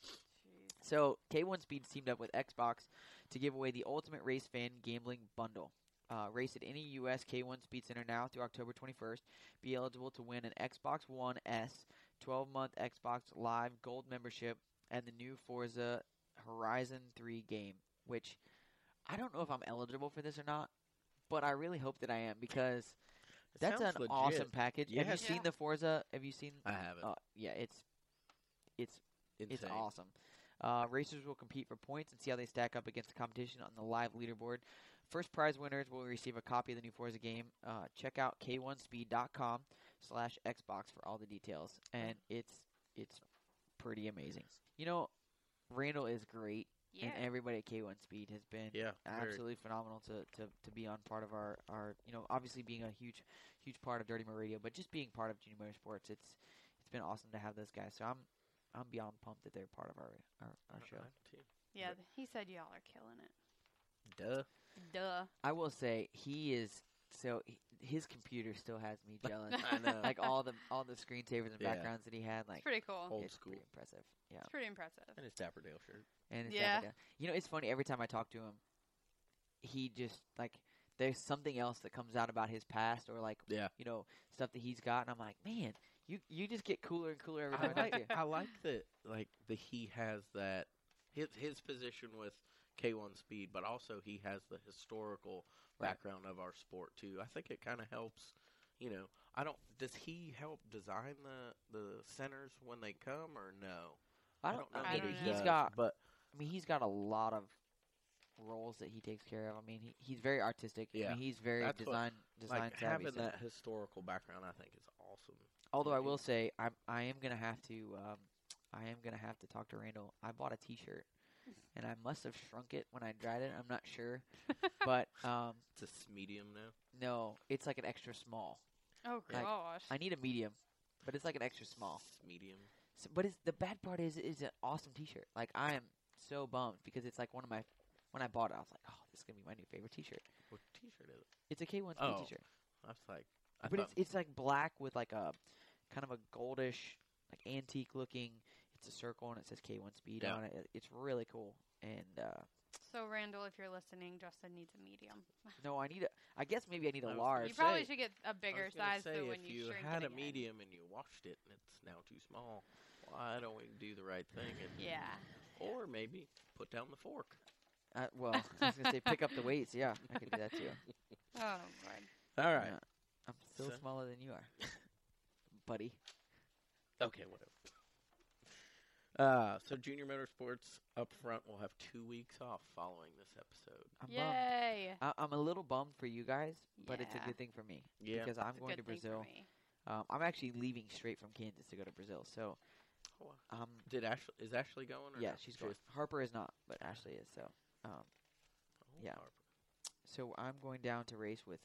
Speaker 5: Jeez.
Speaker 3: So K1 Speeds teamed up with Xbox to give away the Ultimate Race Fan Gambling Bundle. Uh, race at any U.S. K1 Speed Center now through October 21st. Be eligible to win an Xbox One S 12-month Xbox Live Gold membership and the new Forza Horizon 3 game. Which I don't know if I'm eligible for this or not, but I really hope that I am because
Speaker 4: It
Speaker 3: that's an
Speaker 4: sounds legit.
Speaker 3: awesome package. Have
Speaker 4: Yes.
Speaker 3: you seen
Speaker 5: Yeah.
Speaker 3: the Forza? Have you seen?
Speaker 4: I haven't.
Speaker 3: Uh, yeah, it's it's
Speaker 4: Insane.
Speaker 3: it's awesome. Uh, racers will compete for points and see how they stack up against the competition on the live leaderboard. First prize winners will receive a copy of the new Forza game. Uh, check out k1speed.com slash Xbox for all the details. And it's it's pretty amazing. You know, Randall is great,
Speaker 5: Yeah.
Speaker 3: and everybody at K1 Speed has been
Speaker 4: Yeah. very-
Speaker 3: absolutely phenomenal to, to, to be on part of our, our you know obviously being a huge huge part of Dirty Mo Radio, but just being part of Junior Motorsports, it's it's been awesome to have those guys. So I'm I'm beyond pumped that they're part of our our, our show.
Speaker 5: yeah, th- he said y'all are killing it.
Speaker 4: Duh.
Speaker 5: Duh.
Speaker 3: I will say he is so h- his computer still has me jealous.
Speaker 4: I know.
Speaker 3: like all the all the screensavers and
Speaker 4: Yeah.
Speaker 3: backgrounds that he had,
Speaker 5: It's
Speaker 3: like
Speaker 5: pretty cool.
Speaker 4: Old
Speaker 3: it's pretty
Speaker 4: school.
Speaker 3: impressive. Yeah,
Speaker 5: It's pretty impressive.
Speaker 4: And his Dapper Dale shirt.
Speaker 3: and it's
Speaker 5: Yeah.
Speaker 3: yeah. You know, it's funny every time I talk to him, he just like there's something else that comes out about his past or like
Speaker 4: Yeah.
Speaker 3: you know stuff that he's got, and I'm like, man, you you just get cooler and cooler every
Speaker 4: I
Speaker 3: time I talk to you.
Speaker 4: like, I like that like that he has that his his position with K one speed, but also he has the historical
Speaker 3: Right.
Speaker 4: background of our sport too. I think it kinda helps you know, I don't does he help design the the centers when they come or no?
Speaker 3: I don't.
Speaker 5: know
Speaker 3: I
Speaker 5: that
Speaker 3: mean,
Speaker 5: he
Speaker 3: he's
Speaker 5: does,
Speaker 3: got.
Speaker 4: but
Speaker 3: I mean, he's got a lot of roles that he takes care of. I mean, he, he's very artistic. I
Speaker 4: Yeah.
Speaker 3: mean, he's very
Speaker 4: That's what-
Speaker 3: design design
Speaker 4: like
Speaker 3: savvy.
Speaker 4: having
Speaker 3: so-
Speaker 4: that historical background I think is awesome.
Speaker 3: Although I
Speaker 4: Mhm.
Speaker 3: will say, I'm I am gonna have to um, I am gonna have to talk to Randall. I bought a T-shirt, and I must have shrunk it when I dried it. I'm not sure, but um,
Speaker 4: It's a medium now.
Speaker 3: no, it's like an extra small.
Speaker 5: Oh
Speaker 3: Like,
Speaker 5: gosh.
Speaker 3: I need a medium, but it's like an extra small.
Speaker 4: It's medium.
Speaker 3: So, but it's, the bad part is, it's an awesome T-shirt. Like I am so bummed because it's like one of my when I bought it, I was like, oh, this is gonna be my new favorite T-shirt.
Speaker 4: What t shirt is it?
Speaker 3: It's a K1
Speaker 4: Oh,
Speaker 3: T-shirt,
Speaker 4: I was like I
Speaker 3: but
Speaker 4: thought-
Speaker 3: it's it's like black with like a kind of a goldish, like antique looking. It's a circle and it says K1 Speed
Speaker 4: Yeah.
Speaker 3: on it. It- It's really cool. And uh,
Speaker 5: so Randall, if you're listening, Justin needs a medium.
Speaker 3: no, I need a. I guess maybe I need
Speaker 4: I
Speaker 3: a
Speaker 4: was-
Speaker 3: large.
Speaker 5: You probably
Speaker 4: say-
Speaker 5: should get a
Speaker 4: I
Speaker 5: bigger
Speaker 4: was gonna
Speaker 5: size so
Speaker 4: say,
Speaker 5: when
Speaker 4: if
Speaker 5: you, shrink
Speaker 4: had
Speaker 5: it
Speaker 4: a
Speaker 5: again.
Speaker 4: medium and you washed it and it's now too small, why don't we do the right thing? And,
Speaker 5: Yeah.
Speaker 4: Or maybe put down the fork.
Speaker 3: Uh, well, I was gonna say pick up the weights. Yeah, I could do that too.
Speaker 5: Oh lord.
Speaker 4: All
Speaker 3: Yeah. I'm still
Speaker 4: So-
Speaker 3: smaller than you are, buddy.
Speaker 4: Okay, whatever. Uh, so Junior Motorsports up front will have two weeks off following this episode.
Speaker 3: I'm bummed.
Speaker 5: Yay.
Speaker 3: I, I'm a little bummed for you guys, but it's
Speaker 5: Yeah.
Speaker 3: a good thing for me
Speaker 4: Yeah.
Speaker 3: because I'm
Speaker 5: It's a
Speaker 3: going
Speaker 5: good
Speaker 3: to
Speaker 5: thing for
Speaker 3: Brazil.
Speaker 5: me.
Speaker 3: Um, I'm actually leaving straight from Kansas to go to Brazil. So,
Speaker 4: Oh, wow.
Speaker 3: um,
Speaker 4: Did Ashley is Ashley going? Or
Speaker 3: yeah,
Speaker 4: no?
Speaker 3: she's going.
Speaker 4: Just-
Speaker 3: Harper is not, but Ashley is. So, um,
Speaker 4: oh,
Speaker 3: Yeah.
Speaker 4: Harper.
Speaker 3: so I'm going down to race with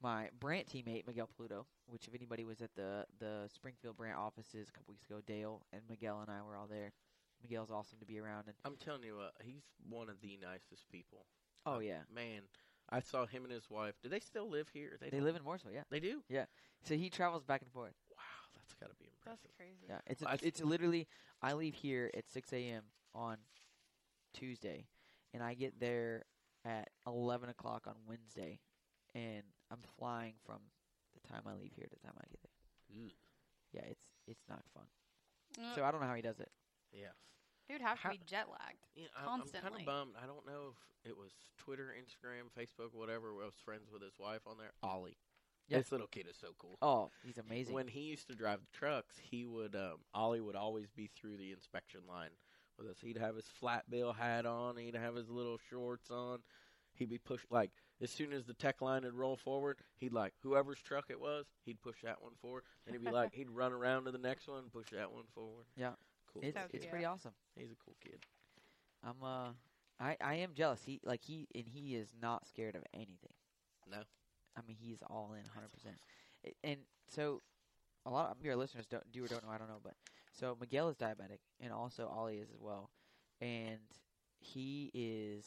Speaker 3: my Brant teammate Miguel Pluto, which if anybody was at the the Springfield Brant offices a couple weeks ago, Dale and Miguel and I were all there. Miguel's awesome to be around, and
Speaker 4: I'm telling you, uh, he's one of the nicest people.
Speaker 3: oh yeah,
Speaker 4: Man, I saw him and his wife. Do they still live here?
Speaker 3: they
Speaker 4: don't-
Speaker 3: live in Morsel, yeah.
Speaker 4: They do.
Speaker 3: So he travels back and forth.
Speaker 4: Wow, that's got to be
Speaker 5: That's
Speaker 4: impressive.
Speaker 5: crazy.
Speaker 3: Yeah, it's a,
Speaker 4: I-
Speaker 3: it's literally I leave here at 6 a.m. on Tuesday, and I get there at 11 o'clock on Wednesday, and I'm flying from the time I leave here to the time I get there.
Speaker 4: Ew.
Speaker 3: Yeah, it's it's not fun.
Speaker 5: Mm,
Speaker 3: So I don't know how he does it.
Speaker 4: Yeah.
Speaker 5: Dude, have to
Speaker 4: how-
Speaker 5: be jet lagged.
Speaker 4: Yeah, I- I'm, I'm kind
Speaker 5: Constantly.
Speaker 4: of bummed. I don't know if it was Twitter, Instagram, Facebook, whatever. I was friends with his wife on there. Ollie,
Speaker 3: Yeah.
Speaker 4: this little kid is so cool.
Speaker 3: Oh, he's amazing.
Speaker 4: When he used to drive the trucks, he would um, Ollie would always be through the inspection line with us. He'd have his flat bill hat on. He'd have his little shorts on. He'd be pushed like as soon as the tech line would roll forward, he'd like whoever's truck it was, he'd push that one forward, and he'd be like he'd run around to the next one, push that one forward.
Speaker 3: Yeah.
Speaker 4: cool.
Speaker 3: it's
Speaker 5: So
Speaker 3: it's
Speaker 5: cute.
Speaker 3: pretty awesome.
Speaker 4: He's a cool kid.
Speaker 3: I'm uh I I am jealous. He like he and he is not scared of anything.
Speaker 4: No.
Speaker 3: I mean he's all in 100%. A- And so a lot of your listeners don't do or don't know. I don't know, but so Miguel is diabetic, and also Ollie is as well, and he is.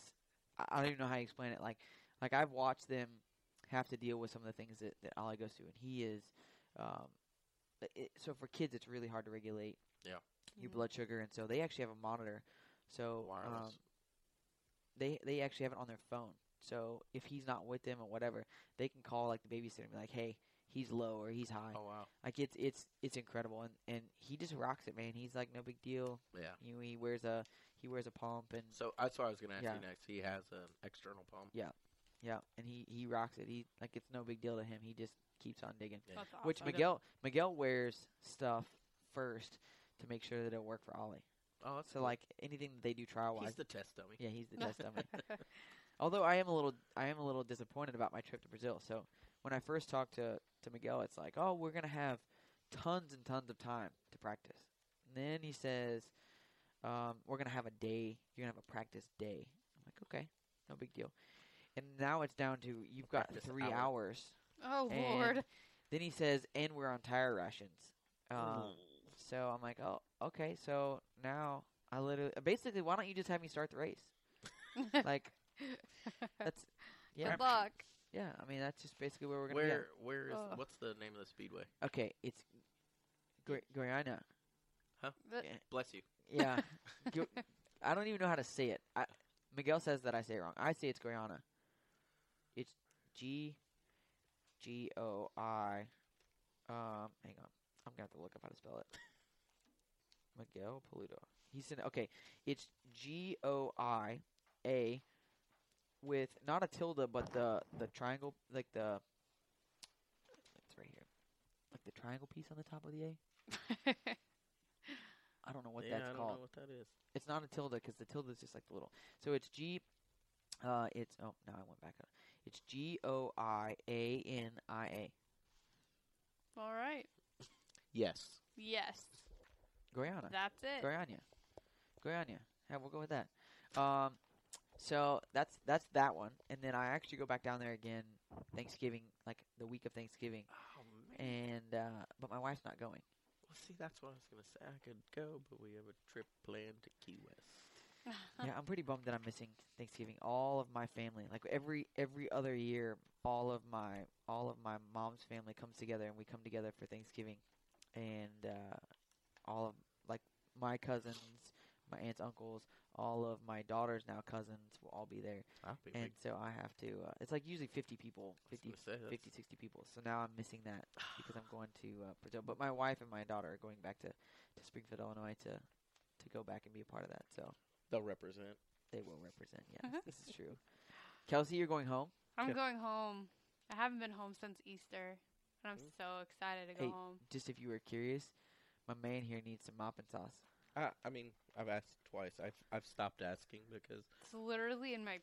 Speaker 3: I- I don't even know how to explain it. Like, like I've watched them have to deal with some of the things that, that Ollie goes through, and he is. Um, i- it, so for kids, it's really hard to regulate.
Speaker 4: Yeah.
Speaker 3: Your
Speaker 1: Mhm.
Speaker 3: blood sugar, and so they actually have a monitor. So um,
Speaker 4: Wireless.
Speaker 3: they they actually have it on their phone. So if he's not with them or whatever, they can call like the babysitter and be like, "Hey, he's low or he's high."
Speaker 4: oh wow.
Speaker 3: Like it's it's it's incredible, and and he just rocks it, man. He's like no big deal.
Speaker 4: Yeah.
Speaker 3: He, he wears a he wears a pump and
Speaker 4: So that's what I was gonna ask
Speaker 3: Yeah.
Speaker 4: you next. He has an external pump.
Speaker 3: yeah, and he he rocks it. He like it's no big deal to him. He just keeps on digging.
Speaker 4: Yeah.
Speaker 5: That's
Speaker 3: Which
Speaker 5: awesome.
Speaker 3: Miguel Miguel wears stuff first to make sure that it'll work for Ollie.
Speaker 4: Oh, that's
Speaker 3: So
Speaker 4: cool.
Speaker 3: like anything that they do trial wise,
Speaker 4: he's the test dummy.
Speaker 3: yeah, he's the test dummy. Although I am a little, I am a little disappointed about my trip to Brazil. So when I first talked to to Miguel, it's like, oh, we're gonna have tons and tons of time to practice. And then he says, um, we're gonna have a day. You're gonna have a practice day. I'm like, okay, no big deal. And now it's down to you've got
Speaker 4: Practice
Speaker 3: three
Speaker 4: hour.
Speaker 3: hours.
Speaker 5: oh
Speaker 3: And
Speaker 5: lord.
Speaker 3: Then he says, and we're on tire rations. Um, so I'm like, oh, okay. So now I literally, basically, why don't you just have me start the race? like, that's yeah,
Speaker 5: Good luck.
Speaker 3: yeah. I mean, that's just basically where we're gonna
Speaker 4: where where is
Speaker 5: Oh.
Speaker 4: what's the name of the speedway?
Speaker 3: go. Okay, it's Gri- Guyana.
Speaker 5: The-
Speaker 3: Yeah.
Speaker 4: Bless you.
Speaker 3: Yeah, Gu- I don't even know how to say it. I, Miguel says that I say it wrong. I say it's Guyana. It's G G O I. Um, hang on. I'm gonna have to look up how to spell it. Miguel Paludo. He said, okay, it's G O I A with not a tilde, but the the triangle, like the it's right here, like the triangle piece on the top of the A. I don't know what
Speaker 4: yeah, I
Speaker 3: that's
Speaker 4: don't
Speaker 3: called.
Speaker 4: know what that is.
Speaker 3: It's not a tilde because the tilde is just like the little. So it's G. Uh, it's oh now I went back up. It's G O I A N I A.
Speaker 5: All right.
Speaker 4: Yes.
Speaker 5: Yes.
Speaker 3: Guyana.
Speaker 5: That's it.
Speaker 3: Guyana. Guyana. Yeah, we'll go with that. Um, so that's that's that one, and then I actually go back down there again Thanksgiving, like the week of Thanksgiving,
Speaker 4: Oh man.
Speaker 3: and uh, but my wife's not going.
Speaker 4: well, see, that's what I was gonna say. I could go, but we have a trip planned to Key West.
Speaker 3: yeah, I'm pretty bummed that I'm missing Thanksgiving. All of my family, like every every other year, all of my all of my mom's family comes together and we come together for Thanksgiving, and uh, all of like my cousins, my aunts, uncles, all of my daughters now cousins will all be there,
Speaker 4: I'll be
Speaker 3: and so I have to. Uh, it's like usually 50 people, 50 50, 60 people. So now I'm missing that because I'm going to uh, Brazil. But my wife and my daughter are going back to, to Springfield, Illinois to to go back and be a part of that. So
Speaker 4: They'll represent.
Speaker 3: they will represent.
Speaker 5: Uh-huh.
Speaker 3: Yes, this is true. Kelsey, you're going home.
Speaker 5: I'm
Speaker 4: Good.
Speaker 5: going home. I haven't been home since Easter, and I'm
Speaker 4: Mm.
Speaker 5: so excited to go
Speaker 3: Hey.
Speaker 5: home.
Speaker 3: Just if you were curious, my man here needs some mop and sauce.
Speaker 4: I, I mean, I've asked twice. I've I've stopped asking because
Speaker 5: It's literally in my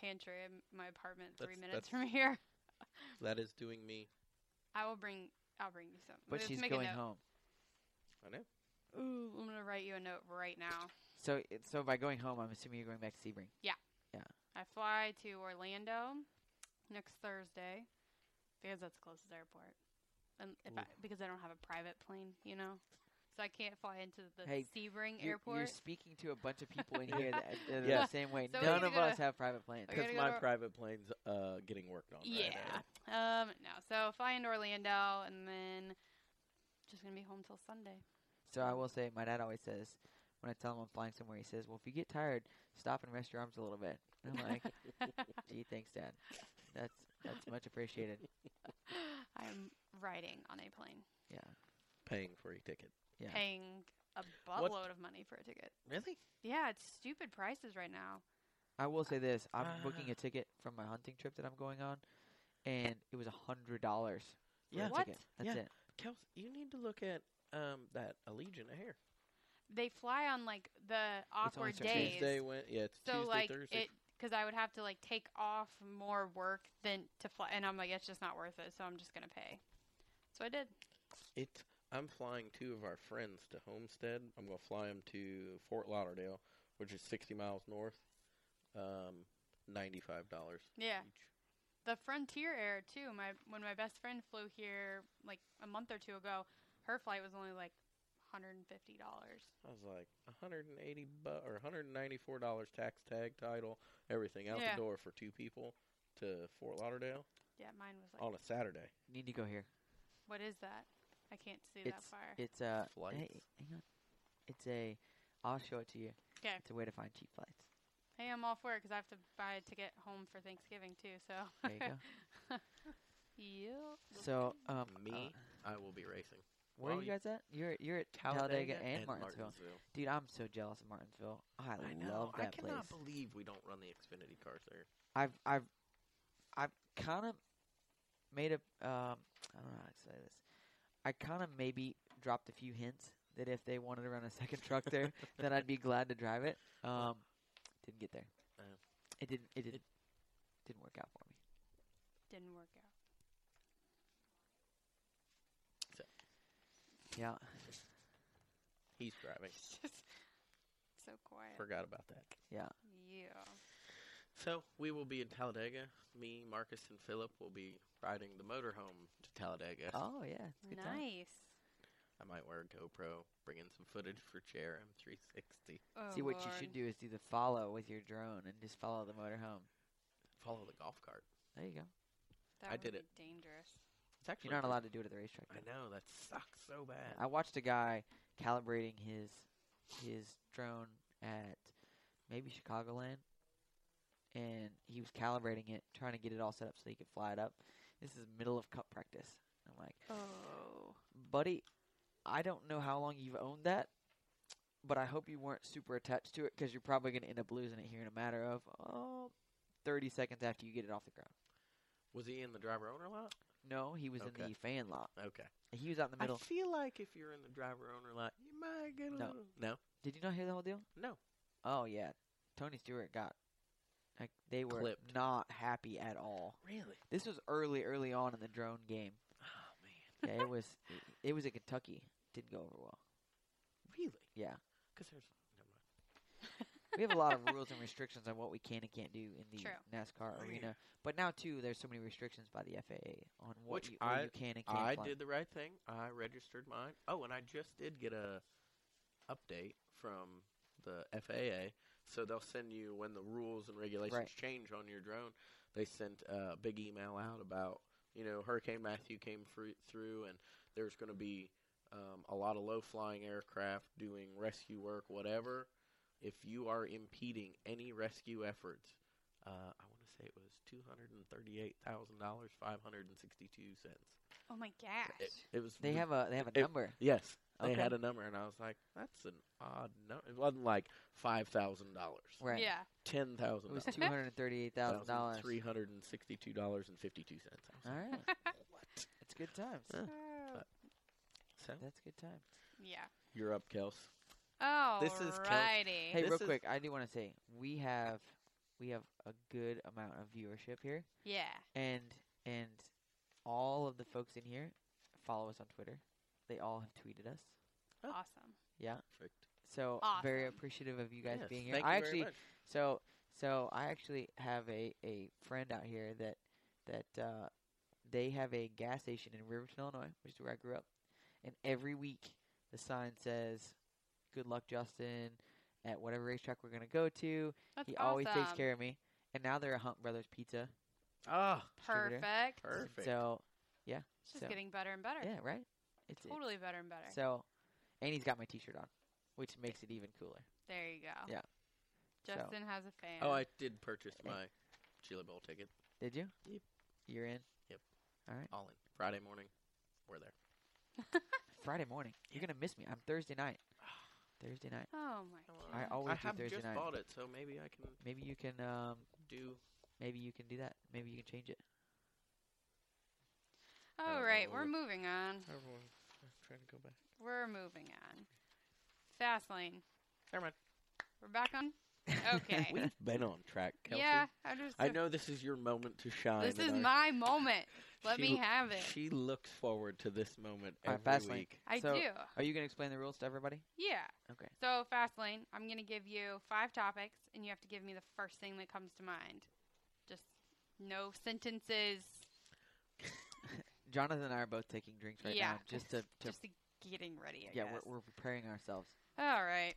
Speaker 5: pantry in my apartment, three
Speaker 4: That's-
Speaker 5: minutes
Speaker 4: that's-
Speaker 5: from here.
Speaker 4: that is doing me.
Speaker 5: I will bring. I'll bring you some.
Speaker 3: But
Speaker 5: Let's
Speaker 3: she's
Speaker 5: make a
Speaker 3: going
Speaker 5: note.
Speaker 3: home.
Speaker 4: I know.
Speaker 5: Ooh, I'm gonna write you a note right now.
Speaker 3: So it- so by going home, I'm assuming you're going back to Sebring.
Speaker 5: I fly to Orlando next Thursday because that's the closest airport, and if I, because I don't have a private plane, you know, so I can't fly into the
Speaker 3: Hey,
Speaker 5: Sebring
Speaker 3: You're, you're
Speaker 5: airport.
Speaker 3: speaking to a bunch of people in here that, that are
Speaker 4: Yeah.
Speaker 3: the same way.
Speaker 5: So we
Speaker 3: None
Speaker 5: gotta
Speaker 3: of
Speaker 5: go
Speaker 3: us
Speaker 5: to-
Speaker 3: have private planes.
Speaker 5: we gotta
Speaker 4: Because
Speaker 5: go
Speaker 4: my
Speaker 5: to-
Speaker 4: private plane's uh, getting worked on. right
Speaker 5: yeah.
Speaker 4: now.
Speaker 3: eh?
Speaker 5: um. No. So fly into Orlando and then just gonna be home till Sunday.
Speaker 3: So I will say, my dad always says when I tell him I'm flying somewhere, he says, "Well, if you get tired, stop and rest your arms a little bit." And I'm like, "Gee, thanks, Dad. That's that's much appreciated."
Speaker 5: I'm riding on a plane,
Speaker 3: Yeah.
Speaker 4: Paying for a ticket.
Speaker 3: Yeah.
Speaker 5: paying a
Speaker 4: What-
Speaker 5: buttload of money for a ticket.
Speaker 4: Really?
Speaker 5: Yeah, it's stupid prices right now.
Speaker 3: I will say this: I'm booking
Speaker 4: Ah.
Speaker 3: a ticket from my hunting trip that I'm going on, and it was a hundred dollars.
Speaker 4: Yeah.
Speaker 3: a
Speaker 5: What?
Speaker 3: ticket. That's
Speaker 4: Yeah.
Speaker 3: it.
Speaker 4: Kelsey, you need to look at um, that Allegiant Air.
Speaker 5: They fly on like the awkward
Speaker 3: certain
Speaker 5: days.
Speaker 4: Tuesday went. Yeah, it's
Speaker 5: so
Speaker 4: Tuesday,
Speaker 5: like
Speaker 4: Thursday.
Speaker 5: it because I would have to like take off more work than to fly, and I'm like it's just not worth it. So I'm just gonna pay. So I did.
Speaker 4: It's. I'm flying two of our friends to Homestead. I'm going to fly them to Fort Lauderdale, which is 60 miles north. Um, ninety-five dollars.
Speaker 5: Yeah. The Frontier Air too. My when my best friend flew here like a month or two ago, Her flight was only like $150.
Speaker 4: I was like 180 bu- or 194 dollars tax tag title everything out
Speaker 5: Yeah.
Speaker 4: the door for two people to Fort Lauderdale
Speaker 5: Yeah, mine was like,
Speaker 4: on a Saturday.
Speaker 3: Need to go here.
Speaker 5: what is that? I can't see that
Speaker 3: It's
Speaker 5: far.
Speaker 3: it's uh
Speaker 4: Flights.
Speaker 3: hey, hang on. It's a I'll show it to you.
Speaker 5: 'Kay.
Speaker 3: It's a way to find cheap flights.
Speaker 5: hey, I'm all for it because I have to buy a ticket home for Thanksgiving too. So
Speaker 3: There you go.
Speaker 5: yeah.
Speaker 3: so um
Speaker 4: Me,
Speaker 3: uh,
Speaker 4: I will be racing.
Speaker 3: where are
Speaker 4: well,
Speaker 3: you guys at? You're you're at Talladega, and, Martinsville. Dude, I'm so jealous of Martinsville. I,
Speaker 4: I
Speaker 3: love
Speaker 4: know. I
Speaker 3: that place.
Speaker 4: cannot believe we don't run the Xfinity cars there.
Speaker 3: I've I've I've kind of made a um, I don't know how to say this. I kind of maybe dropped a few hints that if they wanted to run a second truck there, then I'd be glad to drive it. Um, didn't get there.
Speaker 4: Yeah.
Speaker 3: It didn't. It didn't. didn't work out for me.
Speaker 5: Didn't work out.
Speaker 3: Yeah.
Speaker 4: He's driving.
Speaker 5: It's just so quiet.
Speaker 4: Forgot about that.
Speaker 5: yeah.
Speaker 4: So we will be in Talladega. Me, Marcus, and Philip will be riding the motorhome to Talladega.
Speaker 3: Oh yeah. It's a good time.
Speaker 5: Nice.
Speaker 4: I might wear a GoPro, bring in some footage for Chair M360.
Speaker 5: Oh,
Speaker 3: See what you
Speaker 5: Lord.
Speaker 3: should do is do the follow with your drone and just follow the motorhome.
Speaker 4: Follow the golf cart.
Speaker 3: There you go.
Speaker 5: That
Speaker 4: I
Speaker 5: would
Speaker 4: did
Speaker 5: be
Speaker 4: it.
Speaker 5: Dangerous.
Speaker 4: It's actually
Speaker 3: You're not allowed Uh, to do it at the racetrack.
Speaker 4: I
Speaker 3: though.
Speaker 4: know that sucks so bad.
Speaker 3: I watched a guy calibrating his his drone at maybe Chicagoland, and he was calibrating it, trying to get it all set up so he could fly it up. This is middle of cup practice. I'm like,
Speaker 5: Oh.
Speaker 3: buddy, I don't know how long you've owned that, but I hope you weren't super attached to it because you're probably going to end up losing it here in a matter of oh, 30 seconds after you get it off the ground.
Speaker 4: Was he in the driver owner lot?
Speaker 3: No, he was in
Speaker 4: Okay.
Speaker 3: the fan lot.
Speaker 4: Okay.
Speaker 3: He was out in the
Speaker 4: I
Speaker 3: middle.
Speaker 4: feel like if you're in the driver owner lot, you might get a
Speaker 3: No.
Speaker 4: little. No.
Speaker 3: Did you not hear the whole deal?
Speaker 4: No.
Speaker 3: Oh yeah, Tony Stewart got like they were
Speaker 4: Clipped.
Speaker 3: not happy at all.
Speaker 4: Really?
Speaker 3: This was early, early on in the drone game.
Speaker 4: Oh man.
Speaker 3: Yeah, it was, it was in Kentucky. Didn't go over well.
Speaker 4: Really?
Speaker 3: Yeah,
Speaker 4: Because there's. Never mind.
Speaker 3: we have a lot of rules and restrictions on what we can and can't do in the
Speaker 5: True.
Speaker 3: NASCAR
Speaker 4: Oh, yeah.
Speaker 3: arena. But now too, there's so many restrictions by the FAA on what
Speaker 4: Which
Speaker 3: you, what
Speaker 4: I-
Speaker 3: you can and can't.
Speaker 4: I
Speaker 3: fly.
Speaker 4: did the right thing. I registered mine. Oh, and I just did get a update from the FAA. So they'll send you when the rules and regulations
Speaker 3: Right.
Speaker 4: change on your drone. They sent a big email out about you know Hurricane Matthew came through, through and there's going to be um, a lot of low flying aircraft doing rescue work, whatever. If you are impeding any rescue efforts, uh, I want to say it was two hundred and thirty-eight thousand dollars, five hundred and sixty-two cents.
Speaker 5: Oh my gosh.
Speaker 4: It, it was.
Speaker 3: They
Speaker 4: rid-
Speaker 3: have a they have a
Speaker 4: it-
Speaker 3: number.
Speaker 4: yes. They
Speaker 3: Okay.
Speaker 4: had a number, and I was like, "That's an odd number." It wasn't like five thousand dollars,
Speaker 3: Right.
Speaker 5: Yeah.
Speaker 4: ten
Speaker 3: It
Speaker 4: thousand
Speaker 3: was two hundred thirty-eight thousand dollars.
Speaker 4: three hundred and sixty-two dollars and fifty-two cents.
Speaker 3: All right,
Speaker 4: What?
Speaker 3: it's good times.
Speaker 4: Uh,
Speaker 5: Oh,
Speaker 4: So
Speaker 3: That's good times.
Speaker 5: yeah.
Speaker 4: you're up, Kels.
Speaker 5: Oh,
Speaker 4: This is Kel-
Speaker 5: righty.
Speaker 3: Hey,
Speaker 4: This
Speaker 3: real
Speaker 4: is-
Speaker 3: quick, I do want to say we have we have a good amount of viewership here,
Speaker 5: Yeah.
Speaker 3: and and all of the folks in here follow us on Twitter. They all have tweeted us,
Speaker 4: Oh.
Speaker 5: Awesome.
Speaker 4: Perfect.
Speaker 3: so very
Speaker 5: Awesome.
Speaker 3: appreciative of you guys
Speaker 4: Yes,
Speaker 3: being here.
Speaker 4: thank
Speaker 3: I
Speaker 4: you very
Speaker 3: actually
Speaker 4: much.
Speaker 3: so so I actually have a a friend out here that that uh, they have a gas station in Riverton, Illinois, which is where I grew up, and every week the sign says, "Good luck, Justin." At whatever racetrack we're gonna go to,
Speaker 5: That's
Speaker 3: he
Speaker 5: awesome.
Speaker 3: always takes care of me. And now they're a Hunt Brothers Pizza.
Speaker 4: ah,
Speaker 3: distributor.
Speaker 5: Perfect.
Speaker 4: Perfect.
Speaker 3: So yeah,
Speaker 5: It's just
Speaker 3: so-
Speaker 5: getting better and better.
Speaker 3: yeah, right. It's it's-
Speaker 5: Totally better and better.
Speaker 3: So, and he's got my T-shirt on, which makes it even cooler.
Speaker 5: there you go.
Speaker 3: Yeah. So-
Speaker 5: Justin has a fan.
Speaker 4: oh, I did purchase my Chili Bowl ticket.
Speaker 3: Did you?
Speaker 4: Yep.
Speaker 3: You're in.
Speaker 4: Yep.
Speaker 3: All right.
Speaker 4: All in Friday morning. We're there.
Speaker 3: Friday morning. You're gonna miss me. I'm Thursday night. Thursday night.
Speaker 5: Oh my
Speaker 3: I
Speaker 5: God.
Speaker 3: always
Speaker 4: Mm. I
Speaker 3: do
Speaker 4: have
Speaker 3: Thursday
Speaker 4: just
Speaker 3: night.
Speaker 4: bought it, so maybe I can
Speaker 3: Maybe you can. Um.
Speaker 4: do.
Speaker 3: Maybe you can do that. Maybe you can change it.
Speaker 5: All
Speaker 4: don't
Speaker 5: right,
Speaker 4: know.
Speaker 5: we're moving on.
Speaker 4: Everyone, I'm trying to go back.
Speaker 5: We're moving on. Fastlane.
Speaker 4: Never mind.
Speaker 5: We're back on. Okay.
Speaker 4: We've been on track, Kelsey.
Speaker 5: Yeah, I just.
Speaker 4: I know this is your moment to shine.
Speaker 5: This
Speaker 4: and
Speaker 5: is
Speaker 4: I-
Speaker 5: my moment. Let
Speaker 4: She
Speaker 5: me
Speaker 4: l-
Speaker 5: have it.
Speaker 4: She looks forward to this moment
Speaker 3: All
Speaker 4: every
Speaker 3: right, Fastlane.
Speaker 4: week.
Speaker 5: I
Speaker 3: So-
Speaker 5: do.
Speaker 3: Are you gonna explain the rules to everybody?
Speaker 5: Yeah.
Speaker 3: Okay.
Speaker 5: So Fastlane, I'm gonna give you five topics, and you have to give me the first thing that comes to mind. Just no sentences.
Speaker 3: Jonathan and I are both taking drinks right
Speaker 5: Yeah.
Speaker 3: now, just to, to
Speaker 5: just to getting ready. I
Speaker 3: yeah,
Speaker 5: guess.
Speaker 3: we're, we're preparing ourselves.
Speaker 5: All right.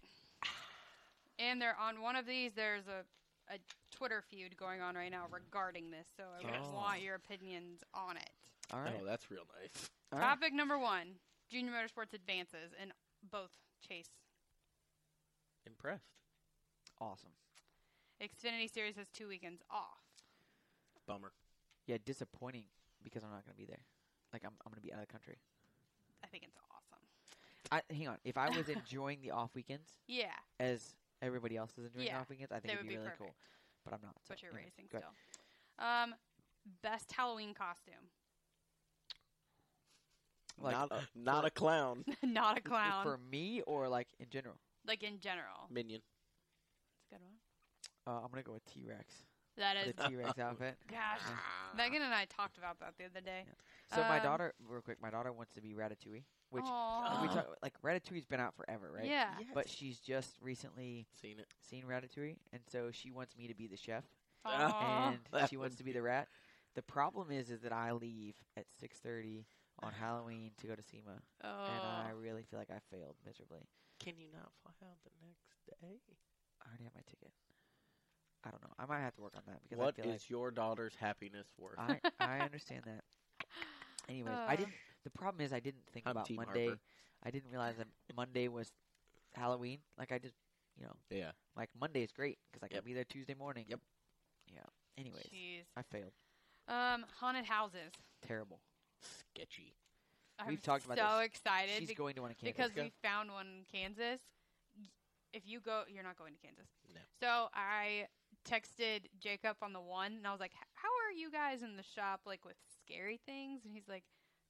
Speaker 5: And they're on one of these. There's a a Twitter feud going on right now regarding this, so I would
Speaker 3: Oh.
Speaker 5: want your opinions on it.
Speaker 3: All right.
Speaker 4: Oh, that's real nice.
Speaker 3: all right.
Speaker 5: Topic number one: Junior Motorsports advances in both chase.
Speaker 4: Impressed.
Speaker 3: Awesome.
Speaker 5: Xfinity Series has two weekends off.
Speaker 4: Bummer.
Speaker 3: Yeah, disappointing because I'm not going to be there. Like I'm, I'm going to be out of the country.
Speaker 5: I think it's awesome.
Speaker 3: I, hang on. If I was enjoying the off weekends
Speaker 5: Yeah,
Speaker 3: as everybody else is enjoying the
Speaker 5: Yeah,
Speaker 3: off weekends, I think
Speaker 5: they
Speaker 3: it'd
Speaker 5: would
Speaker 3: be,
Speaker 5: be
Speaker 3: really
Speaker 5: perfect.
Speaker 3: cool. But I'm not. So
Speaker 5: but you're
Speaker 3: anyway,
Speaker 5: racing
Speaker 3: go ahead.
Speaker 5: still. Um, best Halloween costume.
Speaker 3: Like,
Speaker 4: not a,
Speaker 3: uh,
Speaker 4: not
Speaker 3: for-
Speaker 4: a clown.
Speaker 5: Not a
Speaker 3: F-
Speaker 5: clown.
Speaker 3: For me or like in general,
Speaker 5: like in general. It's
Speaker 4: Minion.
Speaker 5: a good one.
Speaker 3: uh, I'm going to go with T Rex.
Speaker 5: That is.
Speaker 3: The T Rex outfit.
Speaker 4: Ah.
Speaker 5: Gosh, Megan and I talked about that the other day.
Speaker 3: So my
Speaker 5: Um,
Speaker 3: daughter, real quick, my daughter wants to be Ratatouille, which
Speaker 5: Aw.
Speaker 3: we talk, like Ratatouille's been out forever, right?
Speaker 5: Yeah.
Speaker 3: But she's just recently
Speaker 4: Seen it.
Speaker 3: seen Ratatouille, and so she wants me to be the chef,
Speaker 5: Aw.
Speaker 3: and
Speaker 4: That
Speaker 3: she
Speaker 4: would
Speaker 3: wants to be the rat. The problem is, is that I leave at six thirty on Halloween to go to SEMA,
Speaker 5: oh.
Speaker 3: and I really feel like I failed miserably.
Speaker 4: Can you not fly out the next day?
Speaker 3: I already have my ticket. I don't know. I might have to work on that because
Speaker 4: What
Speaker 3: I
Speaker 4: is
Speaker 3: feel
Speaker 4: your daughter's happiness worth?
Speaker 3: like I, I understand that. Anyways, I
Speaker 5: Uh.
Speaker 3: didn't. The problem is, I didn't think
Speaker 4: I'm
Speaker 3: about
Speaker 4: Team
Speaker 3: Monday.
Speaker 4: Harper.
Speaker 3: I didn't realize that Monday was Halloween. Like I just, you know,
Speaker 4: yeah.
Speaker 3: like Monday is great because I can
Speaker 4: Yep.
Speaker 3: be there Tuesday morning.
Speaker 4: Yep.
Speaker 3: Yeah. Anyways,
Speaker 5: Jeez.
Speaker 3: I failed.
Speaker 5: Um, haunted houses.
Speaker 3: Terrible.
Speaker 4: Sketchy.
Speaker 5: I'm
Speaker 3: We've talked about
Speaker 5: so
Speaker 3: this.
Speaker 5: excited
Speaker 3: She's
Speaker 5: be-
Speaker 3: going to want to
Speaker 5: because
Speaker 3: campus.
Speaker 5: we found one in Kansas. Y- If you go, you're not going to Kansas.
Speaker 4: No.
Speaker 5: So I texted Jacob on the one, and I was like, "H- "How are you guys in the shop, like with scary things?" And he's like,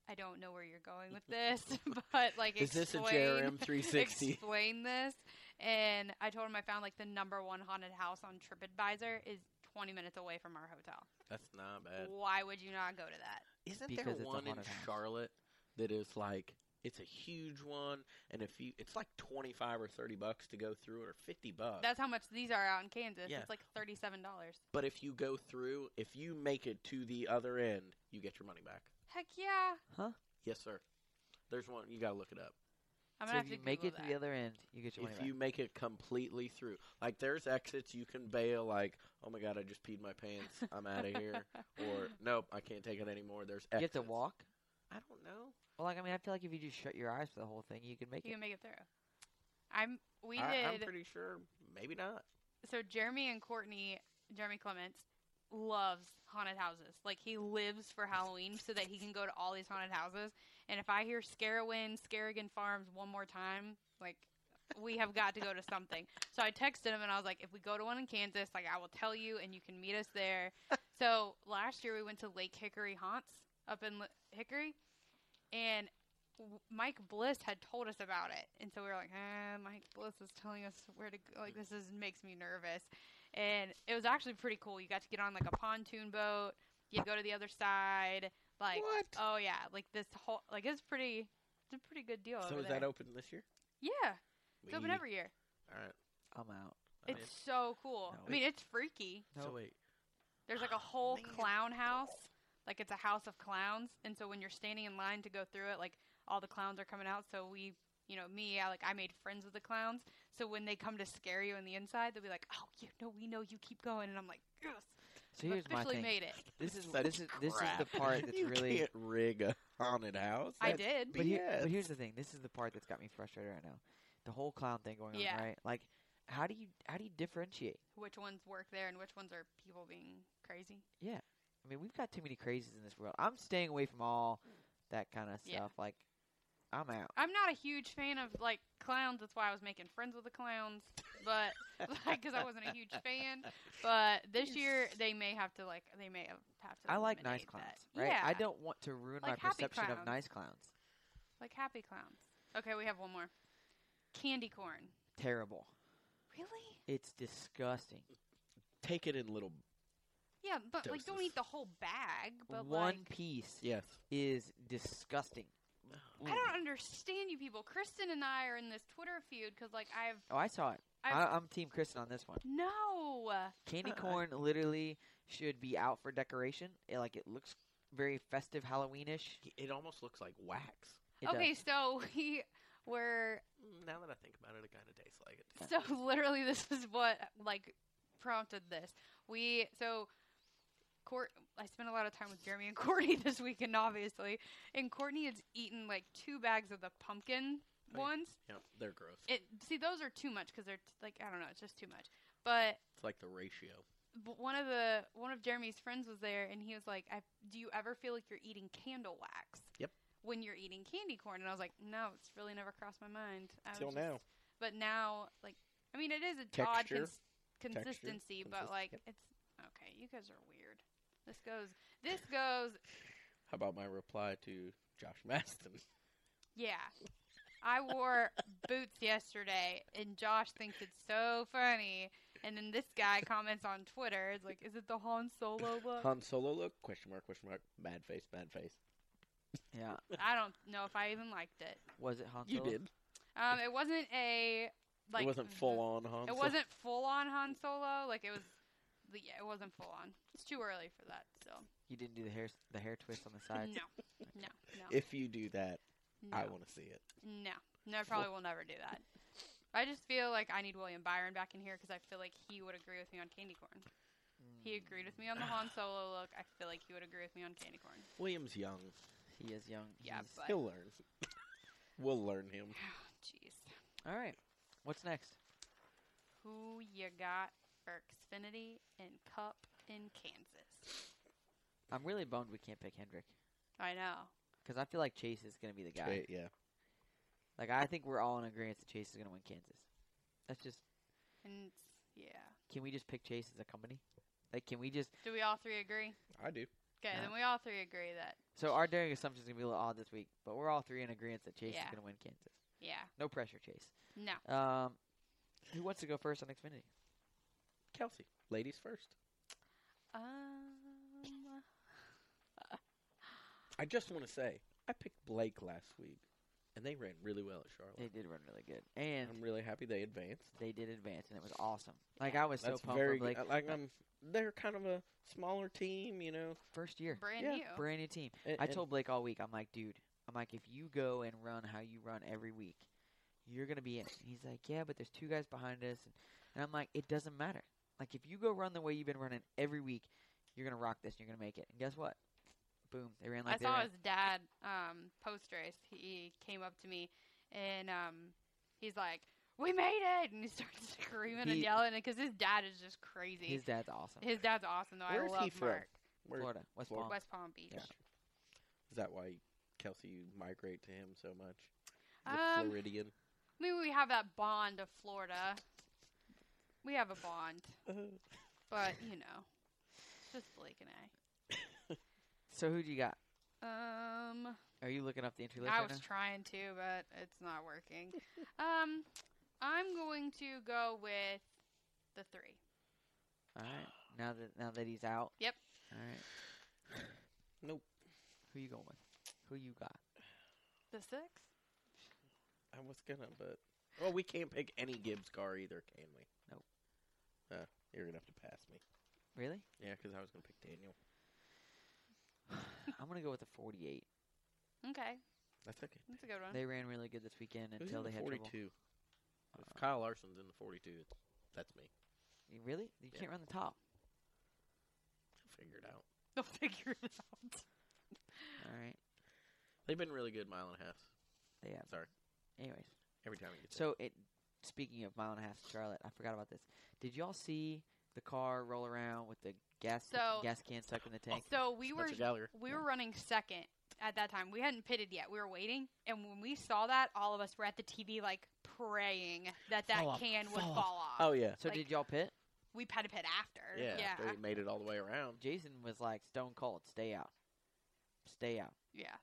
Speaker 5: "I don't know where you're going with this, but like,
Speaker 4: Is this a
Speaker 5: explain-
Speaker 4: JRM 360?
Speaker 5: Explain this." And I told him I found like the number one haunted house on TripAdvisor is 20 minutes away from our hotel.
Speaker 4: That's not bad.
Speaker 5: Why would you not go to that?
Speaker 4: Isn't
Speaker 3: Because it's
Speaker 4: there
Speaker 3: a
Speaker 4: one in
Speaker 3: haunted house.
Speaker 4: Charlotte that is like it's a huge one, and if you, it's like twenty five or thirty bucks to go through it, or fifty bucks.
Speaker 5: That's how much these are out in Kansas.
Speaker 4: Yeah.
Speaker 5: It's like thirty-seven dollars.
Speaker 4: but if you go through, if you make it to the other end, you get your money back.
Speaker 5: Heck yeah!
Speaker 4: Yes, sir. There's one you gotta look it up.
Speaker 5: I'm
Speaker 3: so
Speaker 5: gonna
Speaker 3: if
Speaker 5: have
Speaker 3: you
Speaker 5: to
Speaker 3: make it
Speaker 5: Google
Speaker 3: to
Speaker 5: that.
Speaker 3: the other end, you get your
Speaker 4: if
Speaker 3: money
Speaker 4: you make it completely through, like there's exits you can bail. Like, oh my god, I just peed my pants. I'm out of here. Or nope, I can't take it anymore. There's
Speaker 3: back. You
Speaker 4: exits.
Speaker 3: have to walk.
Speaker 4: I don't know.
Speaker 3: Well, like I mean, I feel like if you just shut your eyes for the whole thing, you can make
Speaker 5: You
Speaker 3: it.
Speaker 5: can make it through. I'm. We
Speaker 4: I, I'm
Speaker 5: did.
Speaker 4: pretty sure. Maybe not.
Speaker 5: so Jeremy and Courtney, Jeremy Clements, loves haunted houses. Like he lives for Halloween so that he can go to all these haunted houses. And if I hear Scarewin, Scarrigan Farms one more time, like we have got to go to something. So I texted him and I was like, if we go to one in Kansas, like I will tell you and you can meet us there. so last year we went to Lake Hickory Haunts up in Li- Hickory, and w- Mike Bliss had told us about it, and so we were like, eh, Mike Bliss is telling us where to go. Like this is makes me nervous, and it was actually pretty cool. You got to get on like a pontoon boat. You go to the other side. Like
Speaker 4: what?
Speaker 5: oh yeah, like this whole like it's pretty. It's a pretty good deal.
Speaker 4: so
Speaker 5: over
Speaker 4: is
Speaker 5: there.
Speaker 4: that open this year?
Speaker 5: Yeah, it's open
Speaker 4: We-
Speaker 5: every year.
Speaker 4: All right.
Speaker 3: I'm out.
Speaker 4: I
Speaker 5: It's so cool.
Speaker 3: No, Ah,
Speaker 5: I mean, it's freaky.
Speaker 4: mean, so wait.
Speaker 5: There's like a whole clown house. Like it's a house of clowns, and so when you're standing in line to go through it, like all the clowns are coming out. So we, you know, me, I, like I made friends with the clowns. So when they come to scare you on the inside, they'll be like, "Oh, you know, we know you keep going," and I'm like, "Yes,
Speaker 3: So here's my
Speaker 5: officially
Speaker 3: thing.
Speaker 5: made it.
Speaker 3: This is
Speaker 4: Such
Speaker 3: this is this is the
Speaker 4: crap.
Speaker 3: part that's
Speaker 4: you
Speaker 3: really.
Speaker 4: can't rig a haunted house.
Speaker 5: I
Speaker 4: That's
Speaker 5: did."
Speaker 3: But, here, but
Speaker 4: BS.
Speaker 3: here's the thing. This is the part that's got me frustrated right now. The whole clown thing going on,
Speaker 5: Yeah.
Speaker 3: right? Like, how do you how do you differentiate?
Speaker 5: Which ones work there, and which ones are people being crazy?
Speaker 3: I mean, we've got too many crazies in this world. I'm staying away from all that kind of
Speaker 5: Yeah.
Speaker 3: stuff. Like, I'm out.
Speaker 5: I'm not a huge fan of like clowns. That's why I was making friends with the clowns, but like because I wasn't a huge fan. But this year they may have to like they may have, have to.
Speaker 3: I like nice
Speaker 5: eliminate
Speaker 3: clowns,
Speaker 5: that.
Speaker 3: right?
Speaker 5: Yeah,
Speaker 3: I don't want to ruin
Speaker 5: Like
Speaker 3: my
Speaker 5: happy
Speaker 3: perception of
Speaker 5: clowns.
Speaker 3: nice clowns.
Speaker 5: like happy clowns. Okay, we have one more. Candy corn.
Speaker 3: Terrible.
Speaker 5: Really?
Speaker 3: It's disgusting.
Speaker 4: Take it in little.
Speaker 5: Yeah, but like don't
Speaker 4: Doses.
Speaker 5: eat the whole bag. But
Speaker 3: One
Speaker 5: like,
Speaker 3: piece
Speaker 4: Yes.
Speaker 3: is disgusting.
Speaker 5: I
Speaker 3: Mm.
Speaker 5: don't understand you people. Kristen and I are in this Twitter feud because like I've
Speaker 3: Oh, I saw it.
Speaker 5: I've
Speaker 3: I, I'm Team Kristen on this one.
Speaker 5: no.
Speaker 3: Candy
Speaker 4: Uh, I-
Speaker 5: Uh-uh.
Speaker 3: corn literally should be out for decoration. It, like, it looks very festive, Halloweenish.
Speaker 4: It almost looks like wax.
Speaker 3: It does.
Speaker 5: okay, so we were
Speaker 7: Now that I think about it, it kind of tastes like it.
Speaker 5: so literally this is what like prompted this. We so Court I spent a lot of time with Jeremy and Courtney this weekend obviously. And Courtney has eaten like two bags of the pumpkin
Speaker 7: Oh, yeah.
Speaker 5: ones.
Speaker 4: Yeah, they're gross.
Speaker 5: It see those are too much cuz they're t- like I don't know, it's just too much. But
Speaker 4: it's like the ratio.
Speaker 5: but one of the one of Jeremy's friends was there, and he was like, I, "Do you ever feel like you're eating candle wax?"
Speaker 4: Yep.
Speaker 5: When you're eating candy corn, and I was like, "No, it's really never crossed my mind." I was
Speaker 4: Till
Speaker 5: just-
Speaker 4: now.
Speaker 5: But now, like, I mean, it is a odd
Speaker 4: Texture.
Speaker 5: cons- consistency, but
Speaker 4: Consist-
Speaker 5: like,
Speaker 4: yep.
Speaker 5: it's okay. You guys are weird. This goes. This goes.
Speaker 4: How about my reply to Josh Maston?
Speaker 5: Yeah. I wore boots yesterday, and Josh thinks it's so funny. And then this guy comments on Twitter, "It's like, is it the Han Solo look?"
Speaker 4: Han Solo look? Question mark? Question mark? Bad face? Bad face?
Speaker 3: yeah.
Speaker 5: I don't know if I even liked it.
Speaker 3: Was it Han
Speaker 4: You
Speaker 3: Solo?
Speaker 4: did.
Speaker 5: Um, it wasn't a like mm-hmm.
Speaker 4: it wasn't full on Han.
Speaker 5: It
Speaker 4: Solo.
Speaker 5: wasn't full on Han Solo. Like it was, yeah, it wasn't full on. It's too early for that. So
Speaker 3: You didn't do the hair the hair twist on the
Speaker 5: no,
Speaker 3: side.
Speaker 5: no, no,
Speaker 4: If you do that,
Speaker 5: no,
Speaker 4: I want to see it.
Speaker 5: no, no. I probably will never do that. I just feel like I need William Byron back in here because I feel like he would agree with me on Candy Corn.
Speaker 3: Mm,
Speaker 5: He agreed with me on the Han Solo look. I feel like he would agree with me on Candy Corn.
Speaker 4: William's young.
Speaker 3: He is young.
Speaker 5: Yeah,
Speaker 3: He's-
Speaker 5: but
Speaker 4: He'll learn. we'll learn him.
Speaker 5: Oh, jeez,
Speaker 3: All right. What's next?
Speaker 5: who you got for Xfinity and Cup in Kansas?
Speaker 3: I'm really bummed we can't pick Hendrick
Speaker 5: I know.
Speaker 3: because I feel like Chase is going to be the guy.
Speaker 4: Okay, yeah.
Speaker 3: Like I think we're all in agreement that Chase is going to win Kansas. That's just.
Speaker 5: And it's- yeah.
Speaker 3: Can we just pick Chase as a company? Like, can we just?
Speaker 5: Do we all three agree?
Speaker 4: I do.
Speaker 5: Okay,
Speaker 3: Yeah.
Speaker 5: then we all three agree that
Speaker 3: So our daring assumption is going to be a little odd this week, but we're all three in agreement that Chase
Speaker 5: Yeah.
Speaker 3: is going to win Kansas.
Speaker 5: yeah.
Speaker 3: No pressure, Chase.
Speaker 5: No.
Speaker 3: Um, who wants to go first on Xfinity?
Speaker 4: Kelsey, ladies first.
Speaker 5: Uh, Um
Speaker 4: I just want to say, I picked Blake last week, and they ran really well at
Speaker 3: They
Speaker 4: Charlotte.
Speaker 3: did run really good, and
Speaker 4: I'm really happy they advanced.
Speaker 3: they did advance, and it was awesome. Like I was so Uh,
Speaker 4: That's
Speaker 3: pumped.
Speaker 4: very
Speaker 3: for Blake.
Speaker 4: good. Like I'm, they're kind of a smaller team, you know.
Speaker 3: first year,
Speaker 5: brand
Speaker 4: Yeah,
Speaker 5: new.
Speaker 3: brand new team.
Speaker 4: and-
Speaker 3: I
Speaker 4: and
Speaker 3: told Blake all week, I'm like, dude, I'm like, if you go and run how you run every week, you're gonna be in. it." And he's like, yeah, but there's two guys behind us, and, and I'm like, it doesn't matter. Like if you go run the way you've been running every week, you're gonna rock this. and You're gonna make it. And guess what? Boom! They ran like
Speaker 5: I
Speaker 3: they
Speaker 5: saw
Speaker 3: ran.
Speaker 5: his dad um post race. He came up to me and um he's like, "We made it!" and he starts screaming and
Speaker 3: He-
Speaker 5: yelling because his dad is just crazy.
Speaker 3: His dad's awesome.
Speaker 5: His dad's awesome though.
Speaker 4: Where
Speaker 5: I
Speaker 4: is he
Speaker 5: love
Speaker 4: from?
Speaker 5: Mark.
Speaker 4: Where-
Speaker 3: Florida, West
Speaker 4: Florida.
Speaker 3: Palm.
Speaker 5: West Palm Beach.
Speaker 4: Gotcha. Is that why Kelsey you migrate to him so much? The
Speaker 5: Um,
Speaker 4: Floridian.
Speaker 5: I mean, we have that bond of Florida. We have a bond, but you know, just Blake and I.
Speaker 3: So who do you got?
Speaker 5: Um,
Speaker 3: Are you looking up the entry list
Speaker 5: I
Speaker 3: right
Speaker 5: was
Speaker 3: now?
Speaker 5: trying to, but it's not working. um, I'm going to go with the three.
Speaker 3: All right. Now that now that he's out.
Speaker 5: Yep.
Speaker 3: All right.
Speaker 4: Nope.
Speaker 3: Who you going with? Who you got?
Speaker 5: The six?
Speaker 4: I was gonna, but well, we can't pick any Gibbs car either, can we?
Speaker 3: Nope.
Speaker 4: Uh, you're gonna have to pass me.
Speaker 3: Really?
Speaker 4: Yeah, because I was gonna pick Daniel.
Speaker 3: I'm gonna go with the 48.
Speaker 5: Okay,
Speaker 4: That's okay.
Speaker 5: that's a good one.
Speaker 3: They ran really good this weekend
Speaker 4: Who's
Speaker 3: until
Speaker 4: in the
Speaker 3: they had trouble. Uh,
Speaker 4: 42? If Kyle Larson's in the 42, it's- that's me.
Speaker 3: You really? You
Speaker 4: Yeah.
Speaker 3: can't run the top.
Speaker 4: I'll figure it out.
Speaker 5: They'll figure it out.
Speaker 3: All right.
Speaker 4: They've been really good mile and a half.
Speaker 3: They have.
Speaker 4: Sorry.
Speaker 3: Anyways,
Speaker 4: Every time it gets
Speaker 3: so it. Speaking of mile and a half, Charlotte, I forgot about this. Did y'all see the car roll around with the gas
Speaker 5: So-
Speaker 3: gas can stuck in the tank?
Speaker 5: So we were
Speaker 4: Spencer Gallagher.
Speaker 5: we were running second at that time. We hadn't pitted yet. We were waiting, and when we saw that, all of us were at the TV like praying that that
Speaker 4: Fall off,
Speaker 5: can would
Speaker 4: fall off.
Speaker 5: fall off.
Speaker 4: Oh yeah,
Speaker 3: So
Speaker 5: like-
Speaker 3: did y'all pit?
Speaker 5: We had to pit after.
Speaker 4: yeah.
Speaker 5: yeah,
Speaker 4: They made it all the way around.
Speaker 3: Jason was like stone cold, stay out, stay out,
Speaker 5: yeah.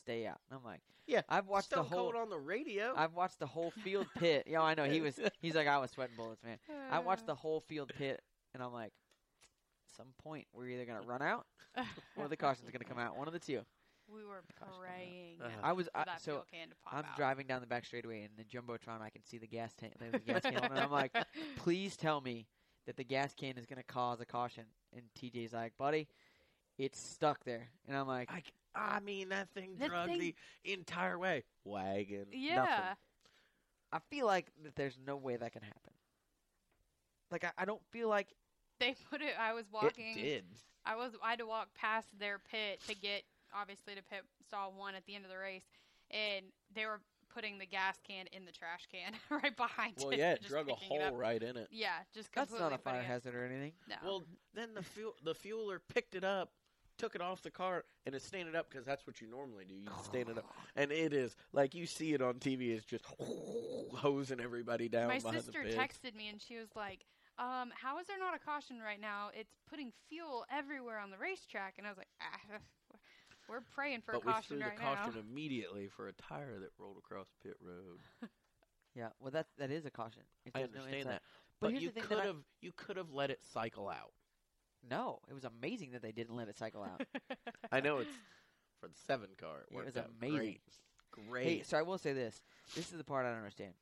Speaker 3: stay out. And I'm like,
Speaker 4: Yeah,
Speaker 3: I've watched the
Speaker 4: Stone
Speaker 3: whole.
Speaker 4: Cold on the radio.
Speaker 3: I've watched the whole field pit. Yeah, I know he was. He's like, I was sweating bullets, man. I watched the whole field pit, and I'm like, some point we're either gonna run out or the caution's gonna come out. One of the two.
Speaker 5: We were
Speaker 3: Gosh, I
Speaker 5: praying.
Speaker 4: Uh-huh.
Speaker 3: I was
Speaker 5: for
Speaker 3: I,
Speaker 5: that
Speaker 3: so
Speaker 5: fuel can to pop
Speaker 3: I'm
Speaker 5: out.
Speaker 3: driving down the back straightaway, and the jumbotron, I can see the gas tank, the gas can, and I'm like, please tell me that the gas can is gonna cause a caution. And TJ's like, buddy, It's stuck there, and I'm like,
Speaker 4: I, I mean, that thing
Speaker 5: That
Speaker 4: drug
Speaker 5: thing-
Speaker 4: the entire way. Wagon.
Speaker 5: Yeah.
Speaker 3: I feel like that there's no way that can happen. Like I, I don't feel like
Speaker 5: They put it. I was
Speaker 4: It
Speaker 5: walking.
Speaker 4: did.
Speaker 5: I was I had to walk past their pit to get obviously to pit stall one at the end of the race, and they were putting the gas can in the trash can right behind
Speaker 4: Well,
Speaker 5: it.
Speaker 4: yeah,
Speaker 5: and
Speaker 4: it
Speaker 5: just
Speaker 4: drug a
Speaker 5: picking it
Speaker 4: hole
Speaker 5: up.
Speaker 4: right in it.
Speaker 5: Yeah, just
Speaker 3: that's
Speaker 5: completely
Speaker 3: not a fire
Speaker 5: putting it-
Speaker 3: hazard or anything.
Speaker 5: No.
Speaker 4: Well, then the fuel the fueler picked it up, took it off the car, and it standing up because that's what you normally do. You stand it up, and it is like you see it on TV. It's just hosing everybody down.
Speaker 5: My
Speaker 4: behind
Speaker 5: sister
Speaker 4: the pits.
Speaker 5: texted me and she was like, um, "How is there not a caution right now? It's putting fuel everywhere on the racetrack." And I was like, ah, "We're praying for
Speaker 4: but
Speaker 5: a
Speaker 4: we
Speaker 5: caution
Speaker 4: threw
Speaker 5: right
Speaker 4: the caution
Speaker 5: now."
Speaker 4: immediately for a tire that rolled across pit road.
Speaker 3: Yeah, well that that is a caution. If
Speaker 4: I
Speaker 3: there's no
Speaker 4: understand
Speaker 3: inside-
Speaker 4: that,
Speaker 3: But
Speaker 4: but,
Speaker 3: here's
Speaker 4: you
Speaker 3: the thing
Speaker 4: could
Speaker 3: that I-
Speaker 4: have you could have let it cycle out.
Speaker 3: No, it was amazing that they didn't let it cycle out.
Speaker 4: I know it's for the seven car. It
Speaker 3: It was
Speaker 4: worked out
Speaker 3: amazing.
Speaker 4: Great. Great.
Speaker 3: Hey, so I will say this. This is the part I don't understand.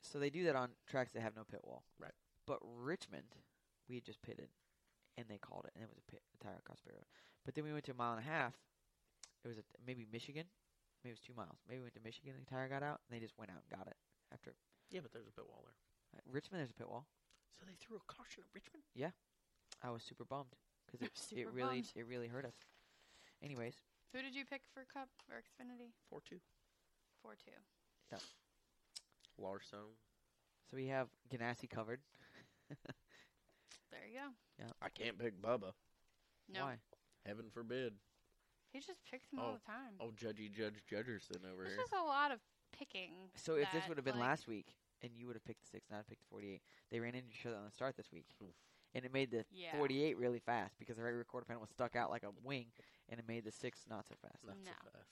Speaker 3: So they do that on tracks that have no pit wall.
Speaker 4: Right.
Speaker 3: But Richmond, we had just pitted, and they called it, and it was a pit a tire across the road. But then we went to a mile and a half. It was a, maybe Michigan, maybe it was two miles. Maybe we went to Michigan, and the tire got out, and they just went out and got it after.
Speaker 7: Yeah, but there's a pit wall there.
Speaker 3: uh, Richmond, there's a pit wall.
Speaker 7: So they threw a caution at Richmond.
Speaker 3: I was super bummed because it, it
Speaker 5: Super
Speaker 3: really
Speaker 5: bummed.
Speaker 3: it really hurt us. Anyways,
Speaker 5: Who did you pick for Cup or Xfinity?
Speaker 7: Four two.
Speaker 5: Four two.
Speaker 4: Larson.
Speaker 3: so we have Ganassi covered.
Speaker 5: There you go.
Speaker 4: I can't pick Bubba.
Speaker 5: No,
Speaker 3: Why?
Speaker 4: Heaven forbid.
Speaker 5: he just picks them all
Speaker 4: Oh.
Speaker 5: the time.
Speaker 4: Oh, Judgy Judge Judgerson over
Speaker 5: It's
Speaker 4: here.
Speaker 5: just a lot of picking.
Speaker 3: So if this
Speaker 5: that,
Speaker 3: would have been
Speaker 5: like-
Speaker 3: last week and you would have picked the six, not picked the forty-eight, they ran into each other on the start this week, and it made the
Speaker 5: Yeah.
Speaker 3: forty-eight really fast because the right rear quarter panel was stuck out like a wing, and it made the six not so fast.
Speaker 4: Not so
Speaker 5: No.
Speaker 4: fast.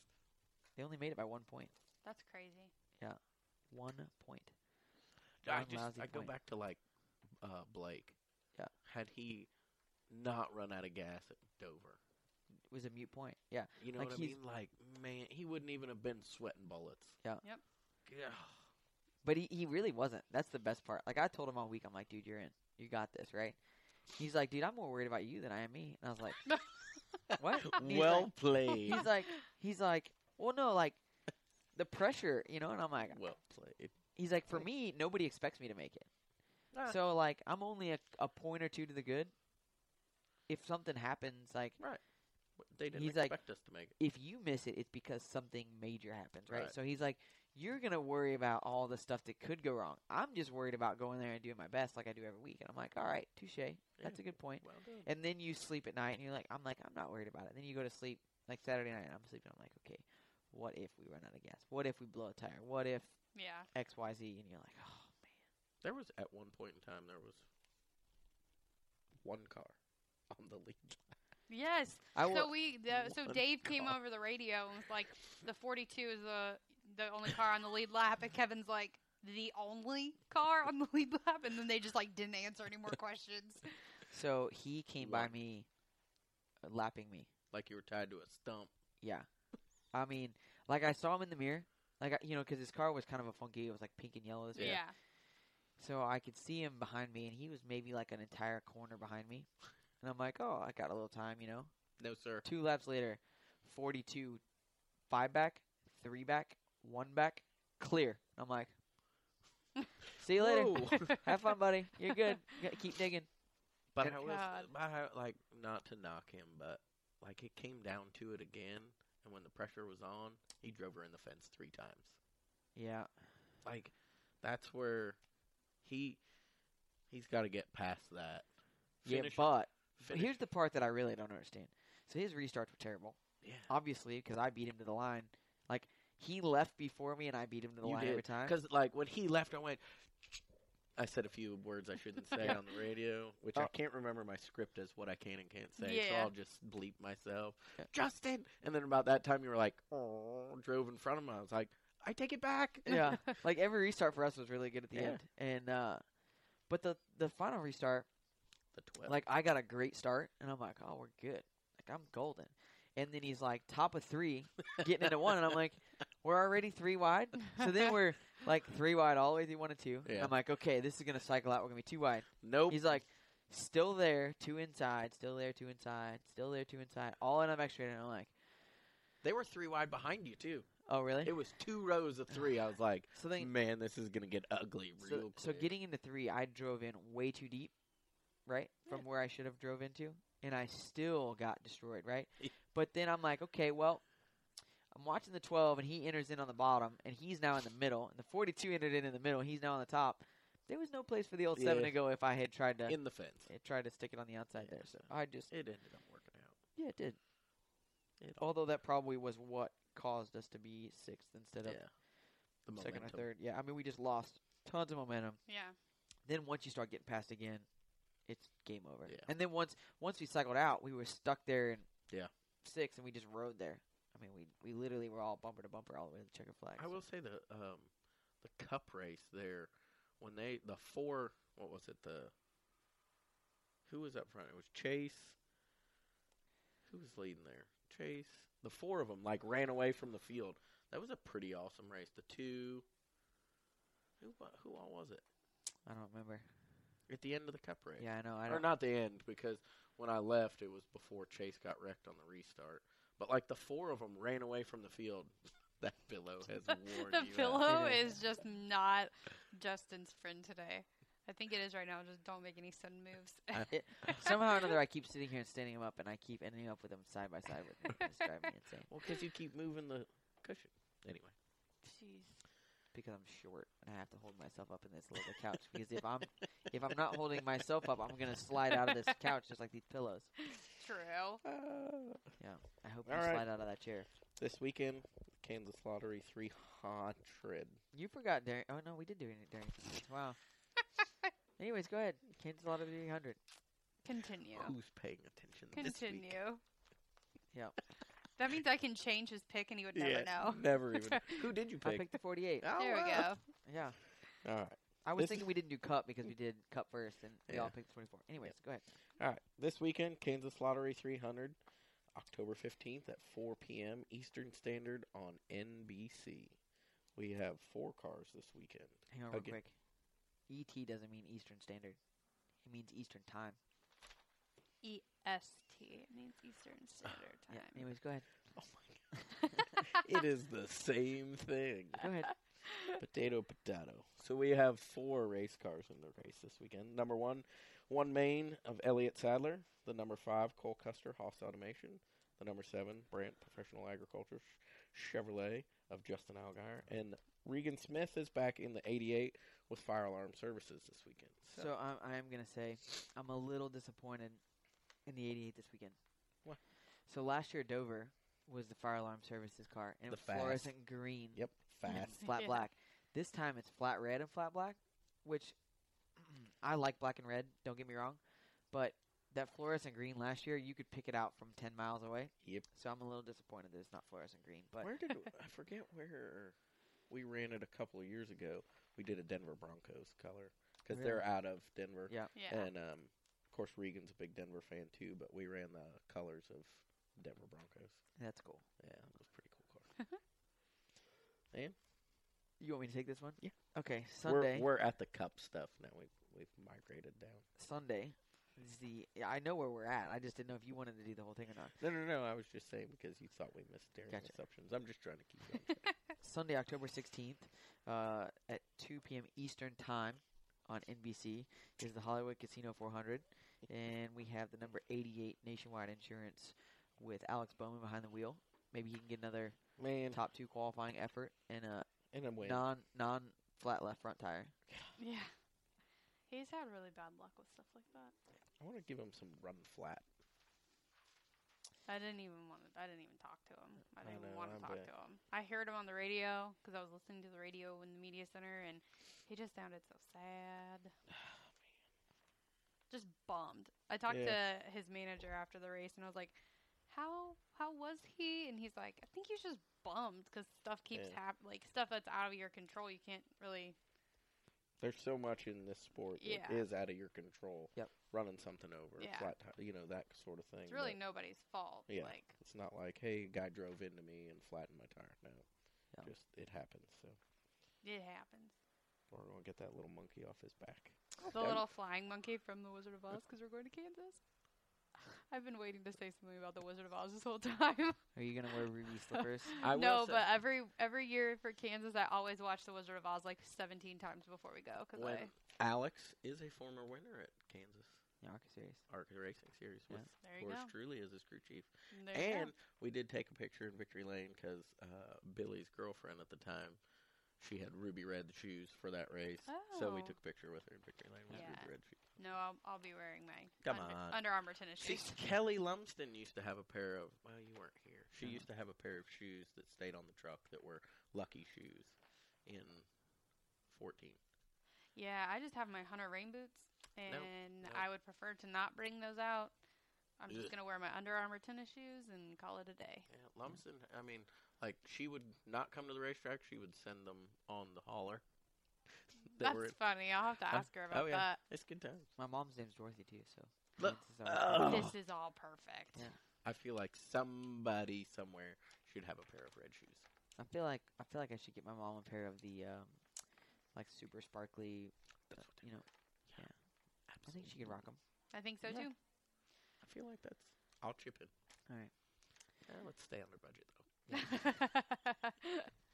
Speaker 3: They only made it by one point.
Speaker 5: That's crazy.
Speaker 3: One point.
Speaker 4: I
Speaker 3: One
Speaker 4: just
Speaker 3: lousy
Speaker 4: I go
Speaker 3: point.
Speaker 4: back to like uh, Blake.
Speaker 3: Yeah.
Speaker 4: Had he not run out of gas at Dover,
Speaker 3: It was a mute point. Yeah.
Speaker 4: you know
Speaker 3: Like
Speaker 4: what I
Speaker 3: he's-
Speaker 4: mean? Like man, he wouldn't even have been sweating bullets.
Speaker 3: Yeah.
Speaker 5: Yep.
Speaker 4: Yeah.
Speaker 3: But he, he really wasn't. That's the best part. Like I told him all week, I'm like, dude, you're in. You got this, right? He's like, dude, I'm more worried about you than I am me. And I was like, what? And he's
Speaker 4: Well
Speaker 3: like-
Speaker 4: played.
Speaker 3: he's like, he's like, well, no, like the pressure, you know. And I'm like,
Speaker 4: well played.
Speaker 3: he's like, for me, nobody expects me to make it.
Speaker 7: Ah.
Speaker 3: So like, I'm only a, a point or two to the good. If something happens, like
Speaker 4: But They didn't
Speaker 3: He's like-
Speaker 4: expect us to make it.
Speaker 3: if you miss it, it's because something major happens, right?
Speaker 4: Right.
Speaker 3: So he's like, you're gonna worry about all the stuff that could go wrong. I'm just worried about going there and doing my best, like I do every week. And I'm like, all right, touche. That's a good point.
Speaker 4: Well done.
Speaker 3: And then you sleep at night, and you're like, I'm like, I'm not worried about it. then you go to sleep, like Saturday night, I'm sleeping. I'm like, okay, what if we run out of gas? What if we blow a tire? What if
Speaker 5: Yeah.
Speaker 3: X, Y, Z? And you're like, oh man,
Speaker 4: There was at one point in time there was one car on the lead.
Speaker 5: Yes.
Speaker 3: I
Speaker 5: so
Speaker 3: will.
Speaker 5: we
Speaker 3: oh,
Speaker 5: the, so
Speaker 4: One
Speaker 5: Dave came
Speaker 4: car.
Speaker 5: over the radio and was like, "The 42 is the the only car on the lead lap," and Kevin's like, "The only car on the lead lap," and then they just like didn't answer any more questions.
Speaker 3: so he came by
Speaker 4: One.
Speaker 3: me, uh, lapping me.
Speaker 4: Like you were tied to a stump.
Speaker 3: Yeah, I mean, like I saw him in the mirror, like I, you know, because his car was kind of a funky. It was like pink and yellow. This
Speaker 5: Yeah.
Speaker 3: way. So I could see him behind me, and he was maybe like an entire corner behind me. And I'm like, oh, I got a little time, you know.
Speaker 4: No sir.
Speaker 3: Two laps later, 42, five back, three back, one back, clear. I'm like, see you later.
Speaker 4: Whoa.
Speaker 3: Have fun, buddy. You're good. You gotta keep digging.
Speaker 4: but
Speaker 3: Good
Speaker 4: how was
Speaker 5: God.
Speaker 4: but how, like not to knock him, but like it came down to it again and when the pressure was on, he drove her in the fence three times.
Speaker 3: Yeah.
Speaker 4: Like that's where he he's gotta get past that.
Speaker 3: yeah,
Speaker 4: Finish-
Speaker 3: but
Speaker 4: finish-
Speaker 3: here's the part that I really don't understand. So his restarts were terrible,
Speaker 4: yeah.
Speaker 3: obviously, because I beat him to the line. Like, he left before me, and I beat him to the
Speaker 4: You
Speaker 3: line
Speaker 4: did,
Speaker 3: every time.
Speaker 4: Because like when he left, I went. I said a few words I shouldn't say on the radio, which I
Speaker 3: Oh.
Speaker 4: can't remember my script as what I can and can't say, so
Speaker 5: Yeah.
Speaker 4: I'll just bleep myself.
Speaker 3: Yeah.
Speaker 4: Justin, and then about that time you were like, "Oh," drove in front of him. I was like, I take it back.
Speaker 3: yeah, like every restart for us was really good at the
Speaker 4: Yeah.
Speaker 3: end, and uh, but the the final restart,
Speaker 4: The twelve.
Speaker 3: Like I got a great start, and I'm like, oh, we're good. Like I'm golden. And then he's like, top of three, getting into one, and I'm like, we're already three wide. So then we're like three wide all the way through one and two. And
Speaker 4: Yeah.
Speaker 8: Oh.
Speaker 3: I'm like, okay, this is gonna cycle out. We're gonna be two wide.
Speaker 4: nope.
Speaker 3: He's like, Still there, two inside, still there, two inside, still there, two inside. All in on back straight, and I'm like,
Speaker 4: They were three wide behind you too.
Speaker 3: oh really?
Speaker 8: It was two rows of three. I was like,
Speaker 3: So then,
Speaker 8: man, this is gonna get ugly
Speaker 3: so,
Speaker 8: real quick.
Speaker 3: so getting into three, I drove in way too deep, right, from where I should have drove into, and I still got destroyed, right? but then I'm like, okay, well, I'm watching the 12, and he enters in on the bottom, and he's now in the middle, and the 42 entered in in the middle, and he's now on the top. There was no place for the old seven
Speaker 8: Yeah.
Speaker 3: to go if I had tried to
Speaker 8: in the fence.
Speaker 3: it tried to stick it on the outside there. So I just
Speaker 4: It ended up working out.
Speaker 3: yeah, it did.
Speaker 4: It
Speaker 3: Although that probably was what caused us to be sixth instead of
Speaker 8: The
Speaker 3: second
Speaker 8: momentum.
Speaker 3: or third. Yeah, I mean we just lost tons of momentum.
Speaker 5: Yeah.
Speaker 3: Then once you start getting past again, it's game over.
Speaker 8: Yeah.
Speaker 3: And then once once we cycled out, we were stuck there in
Speaker 8: Yeah.
Speaker 3: six, and we just rode there. I mean, we we literally were all bumper to bumper all the way to the checker flag.
Speaker 4: I will say the um, the cup race there, when they the four what was it the who was up front? It was Chase. Who was leading there? Chase. The four of them like ran away from the field. That was a pretty awesome race. The two. Who wa- who all was it
Speaker 3: I don't remember.
Speaker 4: at the end of the cup race?
Speaker 3: Yeah, I know. I
Speaker 4: or
Speaker 3: don't.
Speaker 4: not the end because when I left, it was before Chase got wrecked on the restart. But like the four of them ran away from the field. that pillow has worn
Speaker 5: the
Speaker 4: you out.
Speaker 5: pillow
Speaker 3: It
Speaker 5: is just not Justin's friend today. I think it is right now. Just don't make any sudden moves.
Speaker 3: It- somehow or another, I keep sitting here and standing him up, and I keep ending up with him side by side with him. It's driving me insane
Speaker 4: Well, because you keep moving the cushion. Anyway,
Speaker 5: Jeez.
Speaker 3: because I'm short and I have to hold myself up in this leather couch. Because if I'm if I'm not holding myself up, I'm gonna slide out of this couch just like these pillows.
Speaker 5: True.
Speaker 3: I hope
Speaker 4: All
Speaker 3: you
Speaker 4: right.
Speaker 3: slide out of that chair.
Speaker 4: Uh, this weekend, Kansas Lottery 300.
Speaker 3: You forgot Darren. Oh no, we did do it during. Wow. Anyways, go ahead. Kansas Lottery 300.
Speaker 5: Continue.
Speaker 4: Who's paying attention this week?
Speaker 5: Continue.
Speaker 3: Yep.
Speaker 5: That means I can change his pick and he would never
Speaker 4: Yes,
Speaker 5: know.
Speaker 4: Never even. Who did you
Speaker 3: I
Speaker 4: pick?
Speaker 3: picked the 48.
Speaker 4: Oh,
Speaker 5: There we
Speaker 4: wow.
Speaker 5: go.
Speaker 3: Yeah.
Speaker 4: All right.
Speaker 3: I was
Speaker 4: This-
Speaker 3: thinking we didn't do cup because we did cup first and we all
Speaker 4: Yeah.
Speaker 3: picked 24. Anyways, go ahead.
Speaker 4: All right. This weekend, Kansas Lottery 300, October 15th at 4 p.m. Eastern Standard on NBC. We have four cars this weekend.
Speaker 3: Hang on real
Speaker 4: Okay.
Speaker 3: quick. ET doesn't mean Eastern Standard. It means Eastern Time.
Speaker 5: EST. E It means Eastern Standard
Speaker 3: Yeah.
Speaker 5: Time.
Speaker 3: Anyways, go ahead.
Speaker 4: Oh my god. it is the same thing.
Speaker 3: Go ahead.
Speaker 4: potato, potato. So we have four race cars in the race this weekend. Number one, one main of Elliott Sadler. The number five, Cole Custer, Haas Automation. The number seven, Brandt Professional Agriculture Ch- Chevrolet of Justin Algar. And Regan Smith is back in the 88 with Fire Alarm Services this weekend. So,
Speaker 3: So I'm, I'm going to say I'm a little disappointed in the 88 this weekend.
Speaker 4: Why?
Speaker 3: So last year, Dover was the fire alarm services car, and it
Speaker 4: The
Speaker 3: was
Speaker 4: fast.
Speaker 3: fluorescent green.
Speaker 4: yep,
Speaker 3: and
Speaker 4: fast.
Speaker 3: flat
Speaker 5: Yeah.
Speaker 3: black. This time it's flat red and flat black, which I like black and red. Don't get me wrong, but that fluorescent green last year, you could pick it out from ten miles away.
Speaker 4: Yep.
Speaker 3: So I'm a little disappointed that it's not fluorescent green. But
Speaker 4: Where did I forget where we ran it a couple of years ago? We did a Denver Broncos color because
Speaker 3: Really?
Speaker 4: they're out of Denver.
Speaker 3: yeah,
Speaker 5: Yeah.
Speaker 4: And um, of course, Regan's a big Denver fan too, but we ran the colors of Denver Broncos.
Speaker 3: that's cool.
Speaker 4: Yeah, it was a pretty cool car.
Speaker 3: You want me to take this one?
Speaker 4: Yeah.
Speaker 3: Okay. Sunday.
Speaker 4: We're, we're at the cup stuff now. We've we've migrated down.
Speaker 3: Sunday is the. yeah, I know where we're at. I just didn't know if you wanted to do the whole thing or not.
Speaker 4: No, no, no. I was just saying because you thought we missed daring
Speaker 3: Gotcha.
Speaker 4: assumptions. I'm just trying to keep you on track.
Speaker 3: Sunday, October 16th, uh, at 2 p.m. Eastern Time on NBC is the Hollywood Casino 400. And we have the number 88 nationwide insurance with Alex Bowman behind the wheel. Maybe he can get another
Speaker 4: Man,
Speaker 3: top two qualifying effort and a
Speaker 4: and I'm winning.
Speaker 3: non non flat left front tire.
Speaker 5: yeah. He's had really bad luck with stuff like that.
Speaker 4: I want to give him some run flat.
Speaker 5: I didn't even want to. I didn't even talk to him. I
Speaker 4: I
Speaker 5: didn't
Speaker 4: know,
Speaker 5: want
Speaker 4: I
Speaker 5: to talk
Speaker 4: bet.
Speaker 5: to him. I heard him on the radio because I was listening to the radio in the media center, and he just sounded so sad.
Speaker 4: Oh,
Speaker 5: Just bummed. I talked to his manager after the race, and I was like, "How how was he?" And he's like, "I think he's just bummed because stuff keeps
Speaker 4: Yeah.
Speaker 5: hap Like stuff that's out of your control. You can't really.
Speaker 4: There's so much in this sport
Speaker 5: Yeah.
Speaker 4: that is out of your control.
Speaker 3: Yep.
Speaker 4: Running something over,
Speaker 5: Yeah.
Speaker 4: flat, ti- you know that sort of thing.
Speaker 5: It's really
Speaker 4: but
Speaker 5: nobody's fault.
Speaker 4: Yeah.
Speaker 5: Like
Speaker 4: It's not like, hey, a guy drove into me and flattened my tire. No,
Speaker 3: Yeah.
Speaker 4: just it happens. So
Speaker 5: it happens.
Speaker 4: We're going to get that little monkey off his back.
Speaker 5: The
Speaker 4: Okay.
Speaker 5: little flying monkey from The Wizard of Oz because we're going to Kansas. I've been waiting to say something about The Wizard of Oz this whole time.
Speaker 3: Are you gonna wear ruby slippers?
Speaker 4: I will
Speaker 5: no,
Speaker 4: say-
Speaker 5: but every every year for Kansas, I always watch The Wizard of Oz like 17 times before we go because
Speaker 4: when
Speaker 5: I
Speaker 4: Alex is a former winner at Kansas
Speaker 3: Yeah, okay, serious.
Speaker 4: Arca Racing Series
Speaker 3: Yeah.
Speaker 4: with
Speaker 5: there you
Speaker 4: Boris
Speaker 5: go.
Speaker 4: Truly as his crew chief.
Speaker 5: There you go.
Speaker 4: and we did take a picture in Victory Lane because uh, Billy's girlfriend at the time, she had ruby red shoes for that race. So we
Speaker 5: Oh.
Speaker 4: took a picture with her in Victory Lane with
Speaker 5: Yeah.
Speaker 4: ruby red shoes.
Speaker 5: no, I'll, I'll be wearing my
Speaker 4: Come
Speaker 5: Under,
Speaker 4: on.
Speaker 5: Under Armour tennis
Speaker 4: She,
Speaker 5: shoes.
Speaker 4: Kelly Lumsden used to have a pair of. Well, you weren't here. She
Speaker 3: No.
Speaker 4: used to have a pair of shoes that stayed on the truck that were lucky shoes in 14.
Speaker 5: Yeah, I just have my hunter rain boots, and
Speaker 4: no.
Speaker 5: I would prefer to not bring those out. I'm
Speaker 4: Ugh.
Speaker 5: just gonna wear my Under Armour tennis shoes and call it a day.
Speaker 4: Yeah, Lumsden, I mean, like, she would not come to the racetrack. She would send them on the hauler. that
Speaker 5: That's
Speaker 4: were in-
Speaker 5: funny. I'll have to
Speaker 4: Oh,
Speaker 5: ask her about
Speaker 4: oh, yeah. It's good times.
Speaker 3: My mom's name's Dorothy too, so
Speaker 4: Look-
Speaker 3: chances are-
Speaker 5: that.
Speaker 4: Oh.
Speaker 5: This is all perfect.
Speaker 3: Yeah.
Speaker 4: I feel like somebody somewhere should have a pair of red shoes.
Speaker 3: I feel like I feel like I should get my mom a pair of the um, like super sparkly. uh,
Speaker 4: That's what they
Speaker 3: you know, yeah. I think she could rock them.
Speaker 5: I think so
Speaker 3: Yeah.
Speaker 5: too.
Speaker 4: I feel like that's. I'll chip in.
Speaker 3: All right.
Speaker 4: Yeah, let's stay under budget, though.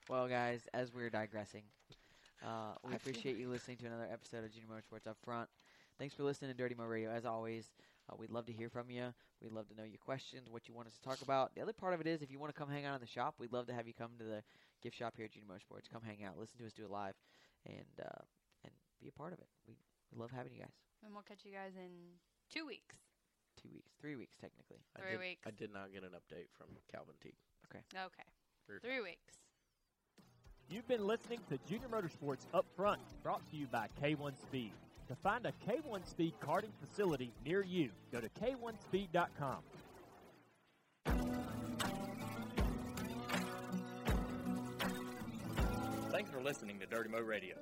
Speaker 3: Well, guys, as we're digressing, uh, we
Speaker 4: I feel
Speaker 3: appreciate you listening to another episode of Junior Motorsports Up Front. Thanks for listening to Dirty Mo Radio. As always, uh, we'd love to hear from you. We'd love to know your questions, what you want us to talk about. The other part of it is, if you want to come hang out in the shop, we'd love to have you come to the gift shop here at Junior Motorsports. Come hang out, listen to us do it live, and uh, and be a part of it. We we love having you guys.
Speaker 5: and we'll catch you guys in two weeks.
Speaker 3: Two weeks, three weeks technically.
Speaker 4: I
Speaker 5: Three
Speaker 4: did-
Speaker 5: weeks.
Speaker 4: I did not get an update from Calvin Teague.
Speaker 5: Okay,
Speaker 4: Sure.
Speaker 5: three weeks.
Speaker 9: You've been listening to Junior Motorsports Up Front, brought to you by K1 Speed. To find a K1 Speed karting facility near you, go to k1speed.com.
Speaker 10: Thanks for listening to Dirty Mo Radio.